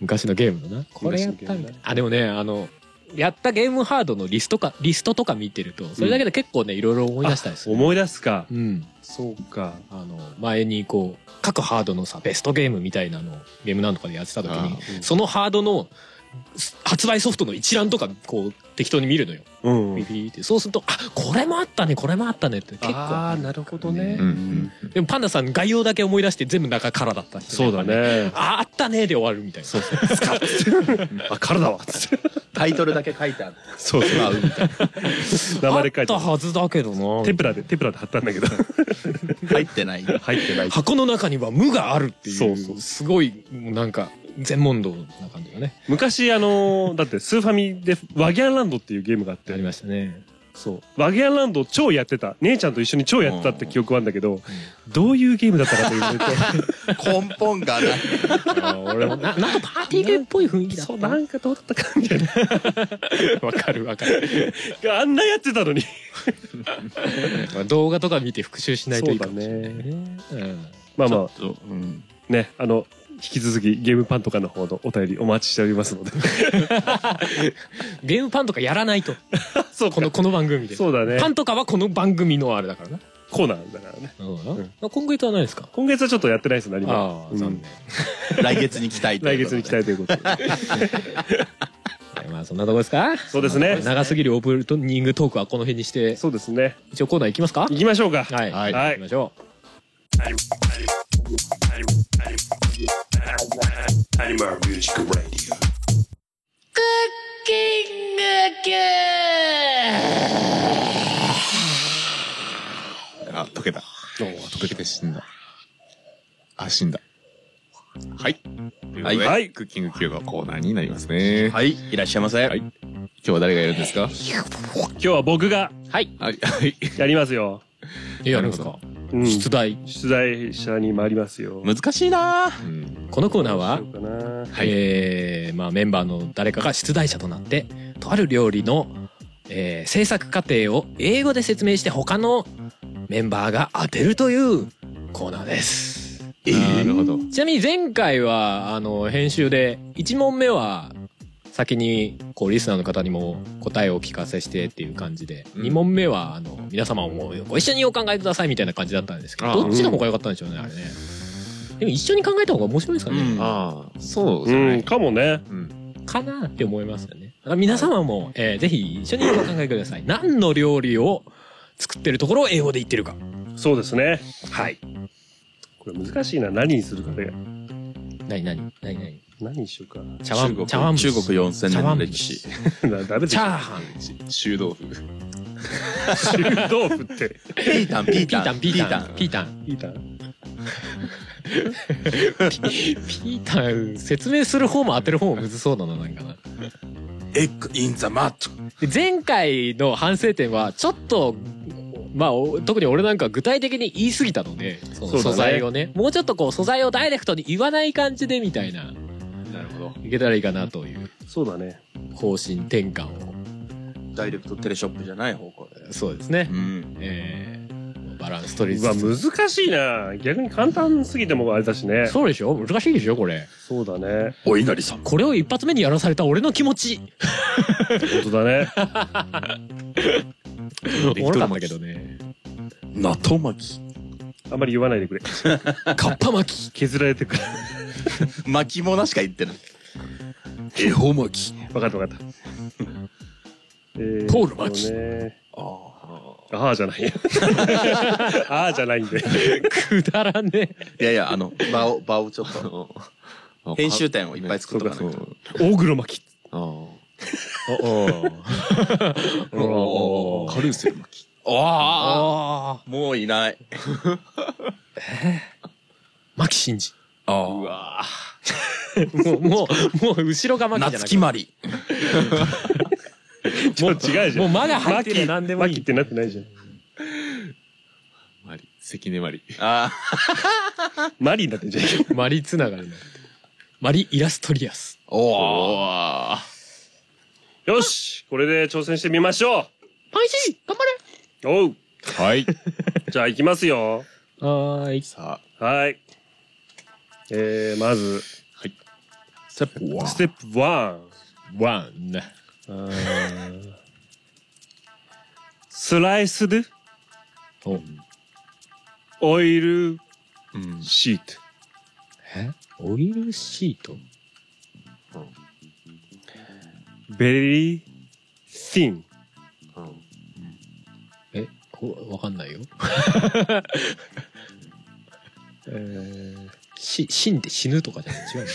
昔のゲームだなこれやったみたいなあでもねあのやったゲームハードのリストかリストとか見てるとそれだけで結構ねいろいろ思い出したりする、
思い出すか。
うん、
そうか。
あの前にこう各ハードのさベストゲームみたいなのをゲームなんとかでやってた時にそのハードのす発売ソフトの一覧とかこう適当に見るのよ、
うん。
ピピーってそうするとあこれもあったねこれもあったねって結構
ああ、なるほどね
うん。うん
でもパンダさん概要だけ思い出して全部中からだった人
そうだね。
ああったねで終わるみたいなそうそう
あ、からだわ。つ って
タイトルだけ書いてある
そうそう。
あうん
名
あ
前
っ
で書いて
た
あ
はずだけどな
る。テプラで、テプラで貼ったんだけど。
入ってな い
入ってない。
箱の中には無があるっていう
そうそう
すごいなんか全問答な感じがね
昔、あのー、だってスーファミでワギャンランドっていうゲームがあっ
あり
て、
ましたね
そう。ワギャンランドを超やってた。姉ちゃんと一緒に超やってたって記憶はあるんだけど、どういうゲームだったかというと、
根本がない
俺もななんかパーティーゲームっぽい雰囲 気だった
そう、なんかどうだったかみたいな。
わかるわかる
あんなやってたのに。
まあ動画とか見て復習しないといいかもしれない
そうだ
ねうん
まあまあ、
うん
ね、あの、引き続きゲームパンとかの方のお便りお待ちしておりますので。
ゲームパンとかやらないと
そう
このこの番組で
そうだね。
パンとかはこの番組のあれだからな
コーナーだからね。
そうだなまあ今月はないですか
今月はちょっとやってないです何も。
ああ
うん
残念
来月に期待と
来
いう
月
こと
に期待
で
ということ で。
まあそんなとこですか
そうですね。
長すぎるオープニングトークはこの辺にして
そうですね。
一応コーナー行きますか
行きましょうか。
はい
はい
行きましょう
クッキングキュー
あ溶けた溶けて死んだあ死んだはいということで
はい
クッキング Q のコーナーになりますね、
はいいらっしゃいませ、
はい今日は誰がいるんですか
今日は僕が
はいはい
やりますよ。
いやりますか
うん
出題、
出題者に参りますよ。
難しいなぁ
このコーナーは
どうしようかな
えーまあ、メンバーの誰かが出題者となってとある料理の、えー制作過程を英語で説明して他のメンバーが当てるというコーナーです。
なるほど。
ちなみに前回はあの編集で1問目は先にこうリスナーの方にも答えをお聞かせしてっていう感じで、
うん
2問目はあの皆様もご一緒にお考えくださいみたいな感じだったんですけ
あ
ど
あ
どっちの方が良かったんでしょうねあれね。でも一緒に考えた方が面白いですかね。
ああ、そうじゃな
うん、
い。
かもね。
うん。
かなって思いますよね。だから皆様も、えーぜひ一緒にお考えください。何の料理を作ってるところを英語で言ってるか。
そうですね。
はい。
これ難しいな。何にするかで。
何何何何
何にしようかな。
茶碗
中国
茶碗蒸し
中国4000年の歴史
茶碗蒸し
ダメで
チ
し
ャ
ょ
ー。ハン。
修道府。
中豆腐って。
ピータンピ
ピ
ー
ータ
タン
ン、ピータン、ピータン。
いいだ。う
ピータン、説明する方も当てる方もむずそうだな、なんかな。
エッグインザマット
で前回の反省点は、ちょっと、まあ、お特に俺なんか具体的に言い過ぎたので、そ
そうだ
の
ね
素材をね、もうちょっとこう素材をダイレクトに言わない感じでみたいな、
なるほど。
いけたらいいかなという。
そうだね。
方針転換を
ダイレクトテレショップじゃない方向で
そうですね
う、ん
えーバランス取り
うわ、
つつ
難しいな。逆に簡単すぎてもあれだしね。
そうでしょ難しいでしょこれ
そうだね。
お稲荷さん
これを一発目にやらされた俺の気持ち
本当だね。
おもろかったけどね
納豆巻き
あんまり言わないでくれ。
かっぱ巻き
削られて くる。
巻きもなしか言ってない恵方巻き
わかった わかった。えー
ポール巻き
そうね。
あ
ああじゃないよ。 ああじゃない んで。
くだらねえ
あいやいやあの場 を場をちょっと編集点をいっぱい作っとかないと
そうか
大黒巻き。
そう
おお
ああ。カルーセル巻き。
あ
あ
あもういない
巻き真治
あ
う
あ
わぁ。
もうもうもう後ろが巻きじゃな
夏
く
木
て
まり
ちょっと違うじゃん。
もう間が入ってりゃ何でもいい
巻きってなって ないじゃん。
マリ。関根マリ。
ああ
マリーになってんじゃん。
マリつながりのマリイラストリアス
おお
お
よしこれで挑戦してみましょ
パイシー頑
うおう
は い。
じゃあ行きますよ
張れはーい
さ
はいえー、まず
あ、ステップ
ステップ1
ワン
スライスド
お
オイル
うん。
シート
えオイルシート
ベリーシィン
えおわかんないよ。えー、し、死んで死ぬとかじゃない違うの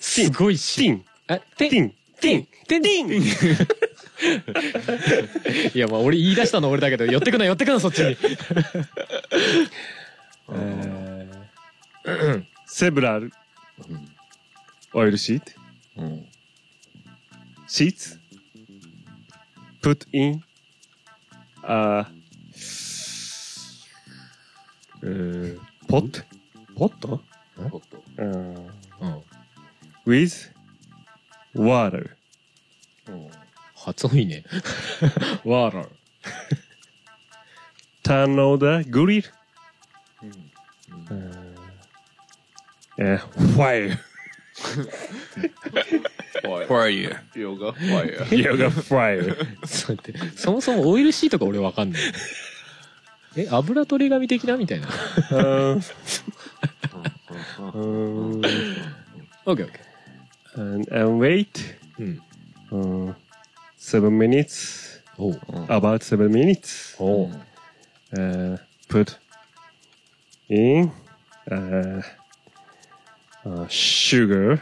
すごい
ティ
死ぬ。
ン
え、て
ティンティンティンティン
いや、まあ俺言い出したの俺だけど、寄ってくな寄ってくなそっちに。
セブラルオイルシート
うん。
シートプットインあーポットポットうん
うん。
with water
発音いいね。ワー ラー。
turn on the grill、えー fire
ファイヤ
ヨガファイア。
yoga fire
そうやって、そもそもオイルシートが俺わかんない。え、油取り紙的なみたいな。
Uh, うん uh, う
オ
ん
ッケーオッケ
uh, and, and wait
ー。うん。
うん7 minutes
おう。
about 7 minutes
おう。
uh, put in uh, uh, sugar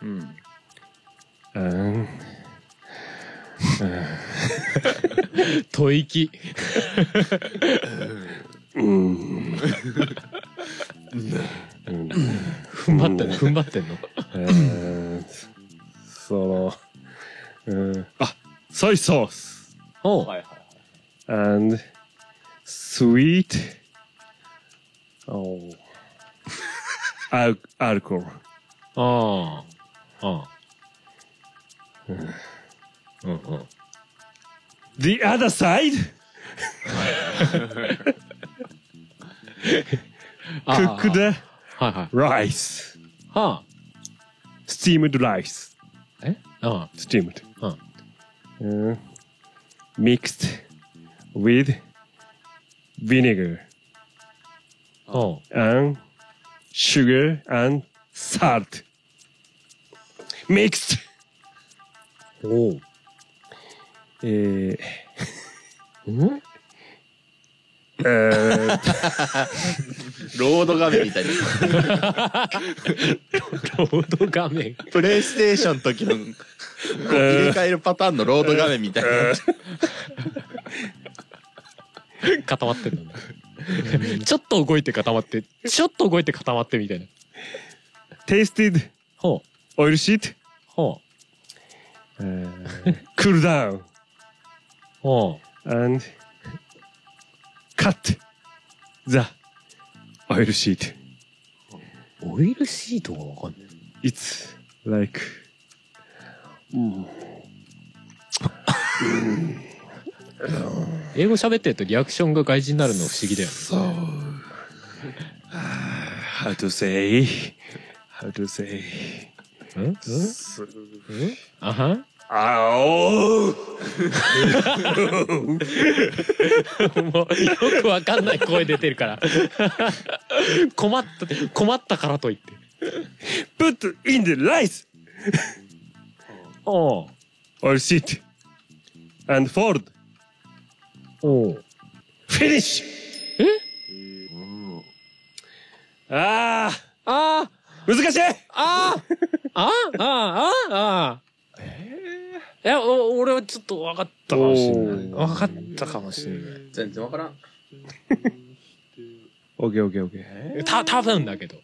Hmm. and
吐息。踏ん張ってんの踏ん張ってんの
えーその、うん、あ、ソイソース
おう
and sweet oh, おアルアルコール。
ああ。ああ。うんうん。
The other side?
ああ
Cook the
はいはい。
rice.
は
Steamed rice.
あ。えあ
Steamed.
あ。
うん。Mixed with vinegar
ああ。
and sugar and salt. Mixed!
おう。
えー
ん
えー
ロード画面みたい な。
ロード画面。
プレイステーションの時の、こう入れ替えるパターンのロード画面みたいな。
固まってんだね。ちょっと動いて固まって、ちょっと動いて固まってみたいな。
tasted
ほう。
oil sheet
ほ
cool down
う。ほ
and cut the oil sheet.
う。オイルシートがわかんない。
It's like
英語喋ってるとリアクションが外人になるの不思議だよね。
so uh, how to say how to say
んんあはん
oh
もうよくわかんない声出てる から。困った、困ったからといって。
put in the rice
おう
oil sheet and fold
おう
finish あ
あ
あ難しい
あああああああえいや、お俺はちょっと分かったかもしれない。分かったかもしれな
全然 わからん。
オッケーオッケーオッケー
い。た、多分だけど。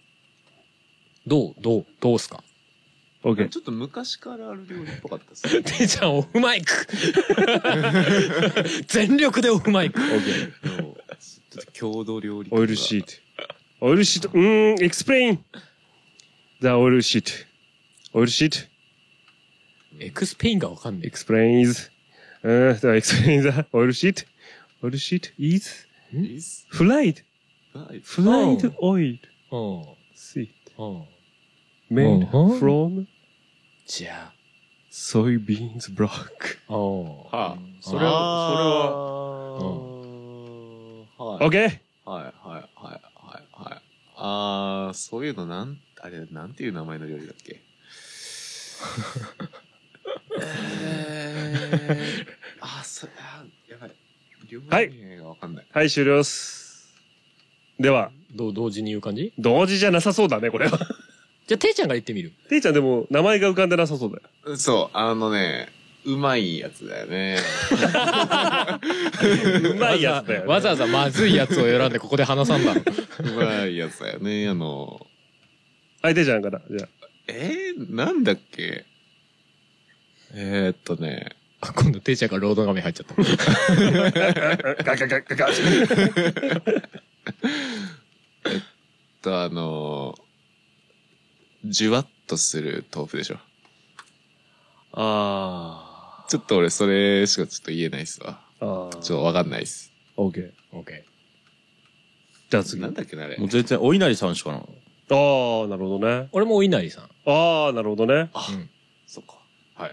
どうどうどうすか
オッケー
ちょっと昔からある料理っぽかったっ すね。
てっちゃん、オフマイ ク全力でオフマイク
ちょっと郷土料理。
オイルシート。オイルシート。うーん、explain the oil sheet. オイルシート。
エクスペインが分かんない。
explain is, うーん、the explain the oil sheet. オイルシート is
ート。イス
fried,
ライフ。
fried oil
うん。
sheet
うん。
made
うん
from
じゃ
soybeans block.
あ。おう。
はあ。そ
そ
れ
れ
は、
う
それ
ん
は、はい。
OK?
はいはいはいはいはい。あー、そういうのなん、あれ、なんていう名前の料理だっけえー、あ、それ、あ、やばい。料
はい
理名がわかんない。
はい、終了っす。では、
どう同時に言う感じ
同時じゃなさそうだね、これは。
じゃあ、ていちゃんが言ってみる。
ていちゃんでも名前が浮かんでなさそうだよ。
そう、あのね、うまいやつだよね。
うまいやつだよ、ね。
わざわざまずいやつを選んでここで話さんだろ。
うまいやつだよね。あの、
はい、ていちゃんから。じゃ
えー、なんだっけえー、っとね、
あ今度ていちゃんがロード画面入っちゃった。
あ。ガガガガガ。
えっと、あのー、じゅわっとする豆腐でしょ。
あ
ちょっと俺それしかちょっと言えないっすわ。
あ
ちょっとわかんないっす。
オッケー。
あ。オッケー。
じゃあ次。あ
な
あ
んだっけなあれ
もう。全然、お稲荷さんしかな。
ー、なるほどね。
俺もお稲荷さん。
ああ、なるほどね。
そっか。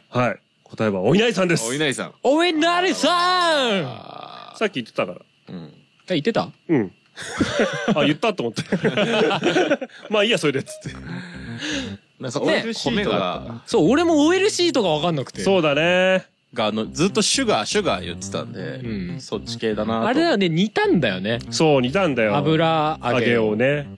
はい。答えはお稲荷さんです。
お稲荷さん。
お稲荷さんあ
あ
さっき言ってたから。
ーうん。
言ってた
うん。 あ、言ったと思って。 まあいいや、それでっつって。
なんか
ね
俺米が、
そう、俺も OL シートがわかんなくて。。
そううだね。
が、あの、ずっとシュガー、シュガー言ってたんで、
うん
そっち系だなと
あれだよね、煮たんだよね。
そう、煮たんだよ。
油
揚
揚
げ
げ
を
を。
ね。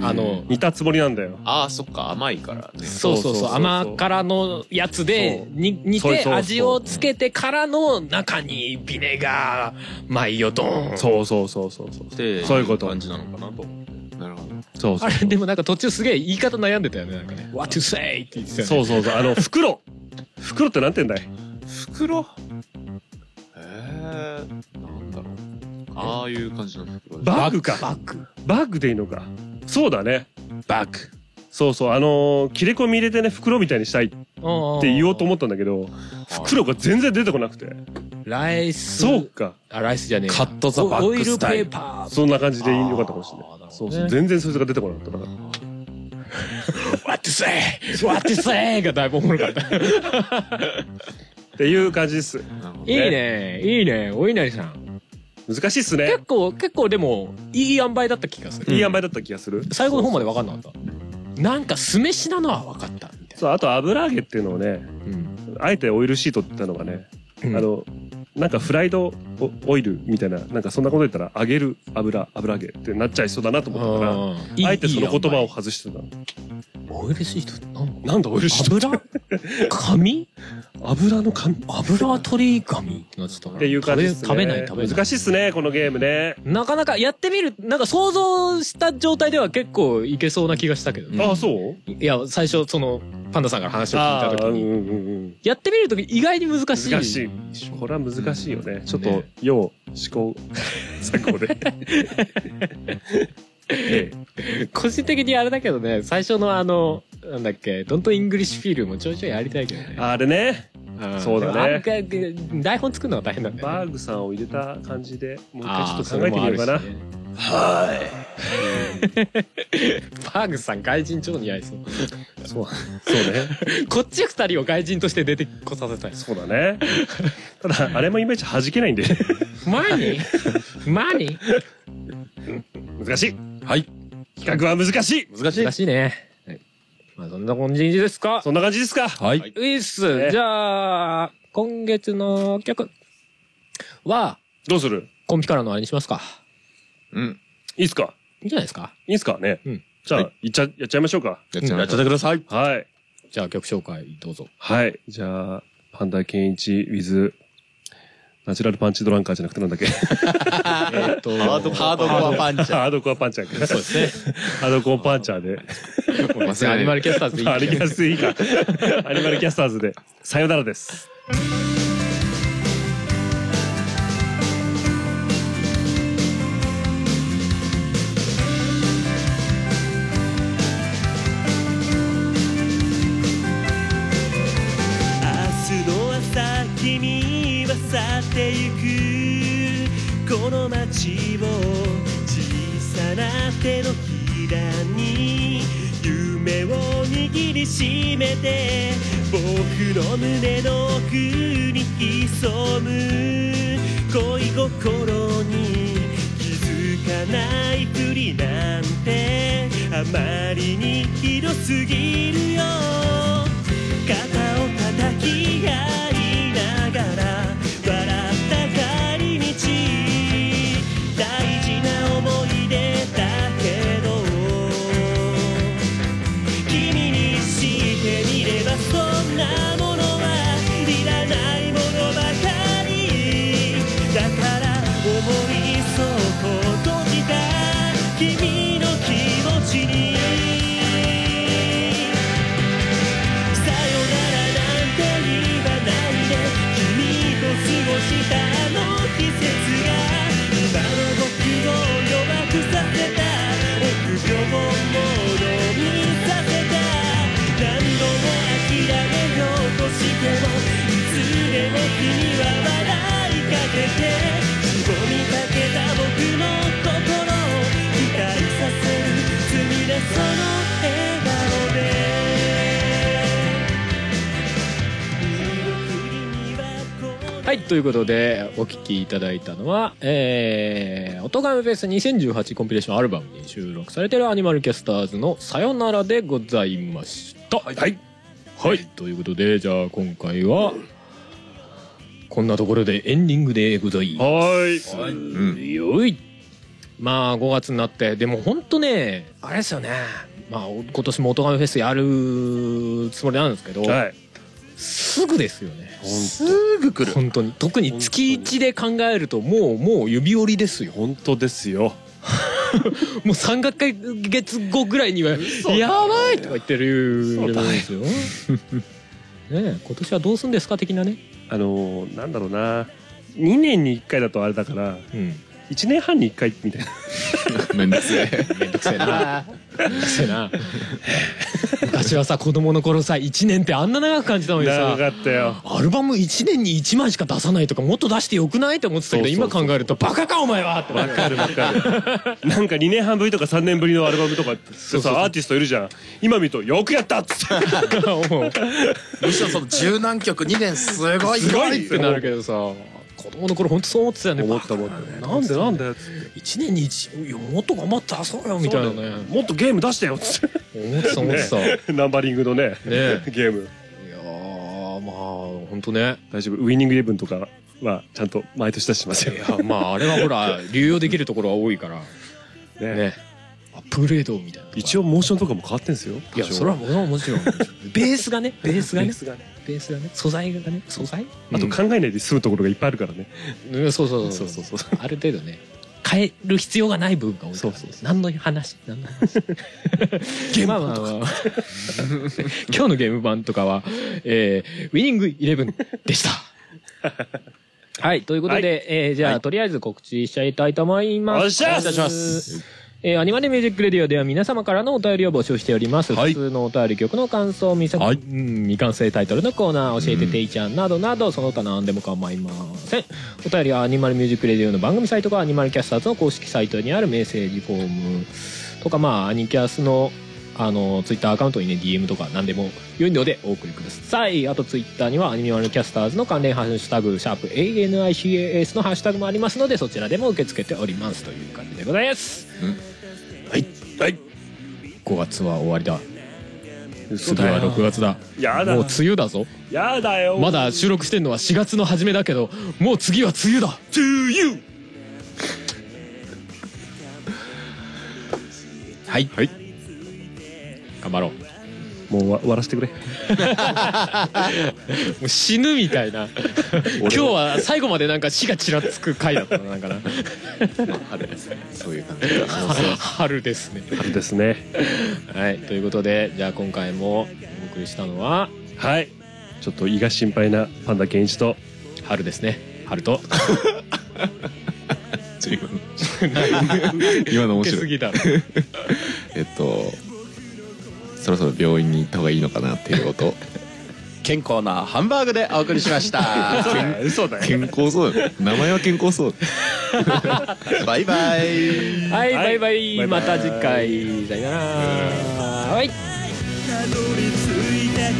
あの、
煮たつもりなんだよ。
ああ、そっか、甘いからね。
そうそう
そうそう
そう、
そう
甘辛のやつで
そう
に煮
そうそう
て
そう
味をつけてからの中にビネガー、マイヨドーン。
そうそうそうそうそう。
って
そういうこと
感じなのかなと。
なるほど。
そうそ
あ
う。
れでもなんか途中すげえ言い方悩んでたよねなんかね「What to say」って言ってたよね
そうそうそう。あの、袋。袋ってなんて言うんだい
袋えー、なんだろう。ああいう感じの曲が
バッグか。バッグ。バッグでいいのか。そうだね。バッグ。そうそう、あのー切れ込み入れてね、袋みたいにしたいって
って
言おうと思ったんだけど、袋が全然出てこなくて。
ライス
そうか。
あライスじゃねえ
カットザバッグスタイル
オイルペーパー
そんな感じでよかったかもしれない
あーなる。
そ
ほどね
うそう。全然そいつが出てこなかったから。
What to say What to say が だいぶおもろかった
っていう感じです。
いいねいいねお稲荷さん
難しいっすね
結。構結構でもいい塩梅だった気がする
いい塩梅だった気がする。
最後の方まで分かんなかったなんか酢飯なのは分かったみたい
そう、あと油揚げっていうのをね、
なうん
あえてオイルシートって言ったのがね、
うん
あの、なんかフライドオオイルみたいな、なんかそんなこと言ったら、揚げる油、油揚げってなっちゃいそうだなと思ったか
うん
ら、あえてその言葉
い
を
い
外してたの。
塩梅オイルシートなん
なんだオイルシート
油紙
油の紙っ
油取り紙ってなっちゃったから
ていう感じです
食べ
ね。
食べない食べない
難しいっすね、このゲームね。
なかなかやってみるなんか想像した状態では結構いけそうな気がしたけどね、
ああ、そう
いや最初そのパンダさんから話を聞
あ
いた
あ、う
時に、
んうんうん
やってみると意外に難しい
難しい。これは難しいよね。ちょっと、要思考 錯誤で。ええ
個人的にあれだけどね最初のあのなんだっけ「ドントイングリッシュフィール」もちょいちょいやりたいけどね
あれね、
ん
そうだね
でもあんか台本作るのが大変なんだよね
バーグさんを入れた感じで、もう一回ち
あー
ょっと考えてみようかな。
それもあるしね バーグさん外人超似合いそう
そうそうね。
こっち二人を外人として出てこさせたい
そうだね。ただ、あれもいまいち弾けないんで、
マニマニ
難しい。
はい。
企画は難しい。
難しい
難。しいね、はいまあそんな感じですか
そんな感じですか。
は
う
い。
いっす、
ね
じゃあ今月の曲は
どうする
コンピからのあれにしますか
うん
いいっすか
いいんじゃないですか
いいっすかね。
うん
じゃあ、
はい
っちゃ、やっちゃいましょうか。
ちゃ
やっちゃ
い
い
や
ま
っちゃってください。
はい。
じゃあ曲紹介どうぞ
はい。じゃあ、パンダケンイチ with ナチュラルパンチドランカーじゃなくてなんだっ
え
け
っと
ハードハードコアパンチャー。
ハードコアパンチャーか。
そうですね
ハードコアパンチャーで。
す
アニマルキャスターズでいい
アニマルキャスで いいか。アニマルキャスターズで。さよならです。
明日の朝君は去ってゆくこの街を小さな手のひらに夢を握りしめて僕の胸の奥に潜む恋心に気づかないふりなんてあまりにひどすぎるよ肩を叩き合いながら笑った帰り道大事な思い出だけど君にしてみればそんなものはいらないものばかりだから思いそう閉じた君の気持ちに「さよならなんて言わないで」「君と過ごしたあの季節が」「今の僕を弱くさせた」「臆病を飲みさせた」「何度も諦めようとしても」「いつでも君は笑いかけて」「絞みかけた僕の心を期待させる」「罪なその笑顔で」
はいということでお聴きいただいたのはえー「オトガメフェス2018コンピレーションアルバム」に収録されてるアニマルキャスターズの「さよなら」でございましたはいはい、ということでじゃあ今回はこんなところでエンディングでございま
はい。
すよいまあ5月になってでもほんとねあれですよねまあ今年も「オトガメフェス」やるつもりなんですけど、
はい。
すぐですよね
すぐ来る。
本当に特に月一で考えるともうもう指折りですよ
本当ですよ。
もう3学会月後ぐらいには「やばい!」とか言ってるレベルですよ。ねえ今年はどうすんですか的なね。
あのー、なんだろうな。2年に1回だとあれだから、
うん、
1 1年半に1回みたいな
めんどくせえ。
めんどくせえな。めんどくせえな。昔はさ、子供の頃さ、1年ってあんな長く感じたのに
長
さ、
かったよ
アルバム1年に1枚しか出さないとか、もっと出してよくないって思ってたけど、今考えると、バカかお前はって
わかるわかる なんか2年半ぶりとか3年ぶりのアルバムとかって
うそうそう
さアーティストいるじゃん今見るとよくやったっつって
思う。
むしろその柔軟曲2年すごい
すごいってなるけどさ、子供の頃本当そう思ってたよね。
思った思ったなんでなんだよっつって
1年に1、いや、もっと頑張って出そうよみたいなね。
もっとゲーム出してよっつっ
思ってた思ってた。ね
て ナンバリングのね
え。
ゲーム
いやーまあ本当ね
大丈夫ウィニングイレブンとかはちゃんと毎年出してます
い
よ
やまああれはほら流用できるところは多いから
ね
ねアップグレードみたいな
一応モーションとかも変わってんすよ
いや
多少
それはもちろんもちろんベースがねベースがね
がね
ベースがね素材がね素材
あと
うん
考えないで済むところがいっぱいあるからね
うんそうそうそ
そうう
そ
そうう
そ
そうう
ある程度ね変える必要がない部分が多いからね
そうそうそ
何の話何の 話ゲーム版とか 今日のゲーム版とかは、えー、ウィニングイレブンでしたはいということで、えーじゃあ、とりあえず告知しちゃいたいと思います
おっしゃ
お願いいたしますえーアニマルミュージックレディオでは皆様からのお便りを募集しております。
はい
普通のお便り曲の感想、未作、
はい
うん未完成タイトルのコーナー、教えてていちゃんなどなど、その他何でも構いません。お便りはアニマルミュージックレディオの番組サイトか、アニマルキャスターズの公式サイトにあるメッセージフォームとか、まあ、アニキャスのあの、ツイッターアカウントにね、DM とか何でも良いのでお送りください。あとツイッターにはアニマルキャスターズの関連ハッシュタグ、シャープ ANICAS のハッシュタグもありますので、そちらでも受け付けておりますという感じでございます。はい。はい。5月は終わりだ。次は6月だ。
やだ
もう梅雨だぞ。
やだよ
まだ収録してんのは4月の初めだけど、もう次は梅雨だ。
to you
はい。はい。頑張ろう。も
もうわ終わらせてくれ
う死ぬみたいな。 今日は最後までなんか死がちらつく回だったな、なんかな。
そういう感じ。
春ですね。
あれですね
はい、ということで、じゃあ今回もお送りしたのは
はいちょっと胃が心配なパンダケンイチと
春ですね。春と。
今の面
受け
白
す
い。
ぎだろ。
えっと、そろそろ病院に行った方がいいのかなっていうこと。
健康なハンバーグでお送りしました
嘘だ
健康そうだね。名前は健康そう。
バイバイ
はい、バイバイ。
バイバイ
また次回。さよなら。はい。
たどり着いたこ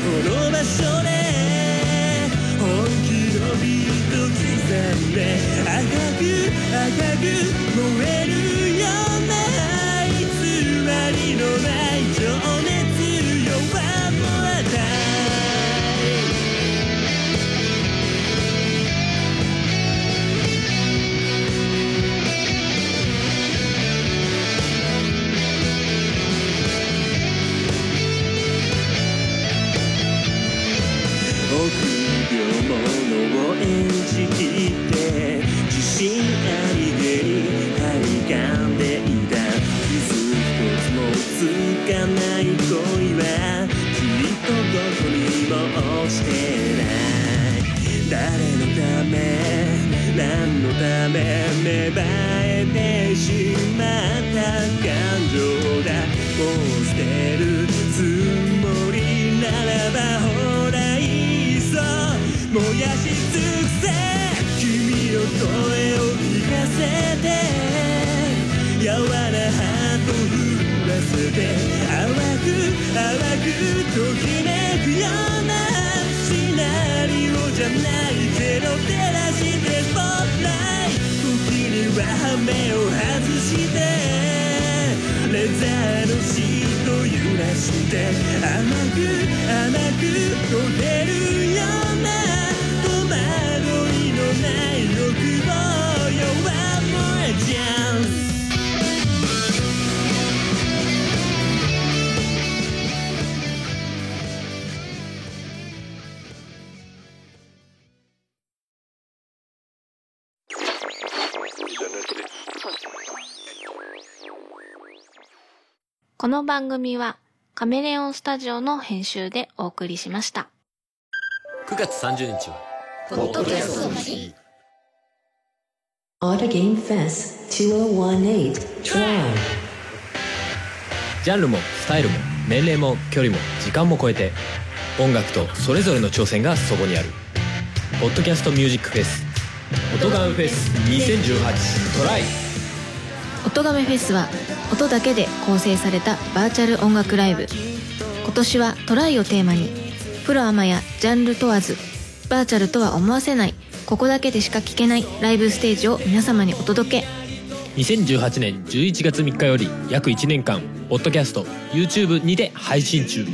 の場所で本気のビート刻んで赤く赤く燃えるような偽りのない情熱よワンモアタイム臆病者を演じきって自信ありげに張り噛んでいた傷一つもつかない恋はきっとどこにも落ちてない誰のため何のため芽生えてしまった感情だもう捨てるつもりならばほらいっそ燃やし尽くせ君の声を聞かせて柔らハート震わせて淡く淡くときめくようなシナリオじゃないけど照らしてスポットライト時には羽目を外してレザーのシート揺らして甘く甘く溶けるような戸惑いのない欲望よ One more chance
この番組はカメレオンスタジオの編集でお送りしました。
9月30日は
オールゲインフェス
2018 Try.
ジャンルもスタイルも年齢も距離も時間も超えて音楽とそれぞれの挑戦がそこにある「ポッドキャストミュージックフェス」「音ガンフェス2018トライ」
音亀フェスは音だけで構成されたバーチャル音楽ライブ今年はトライをテーマにプロアマやジャンル問わずバーチャルとは思わせないここだけでしか聴けないライブステージを皆様にお届け
2018年11月3日より約1年間ポッドキャスト YouTube にて配信中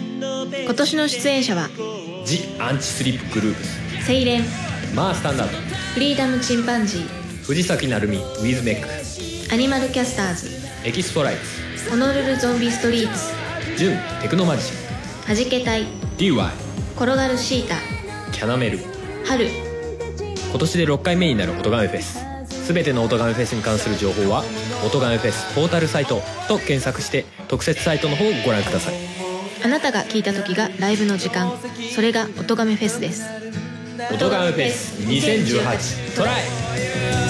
今年の出演者は
「ジ・アンチスリップグループス
セイレン」
「マー・スタンダード」
フリーダムチンパンジ
「藤崎鳴海」「ウィズ・ネック」
ーアニマルキャスターズ
「エキストライツ
ホノルルゾンビストリーツ」
「ジュン・テクノマジッ
はじけたい
ク」「DY」
転がるシータ
「キャナメル」
春
今年で6回目になる音ガメフェスすべての音ガメフェスに関する情報は「音ガメフェスポータルサイト」と検索して特設サイトの方をご覧ください
あなたが聴いた時がライブの時間それが音亀フェスです
音ガメフェス2018トライ
「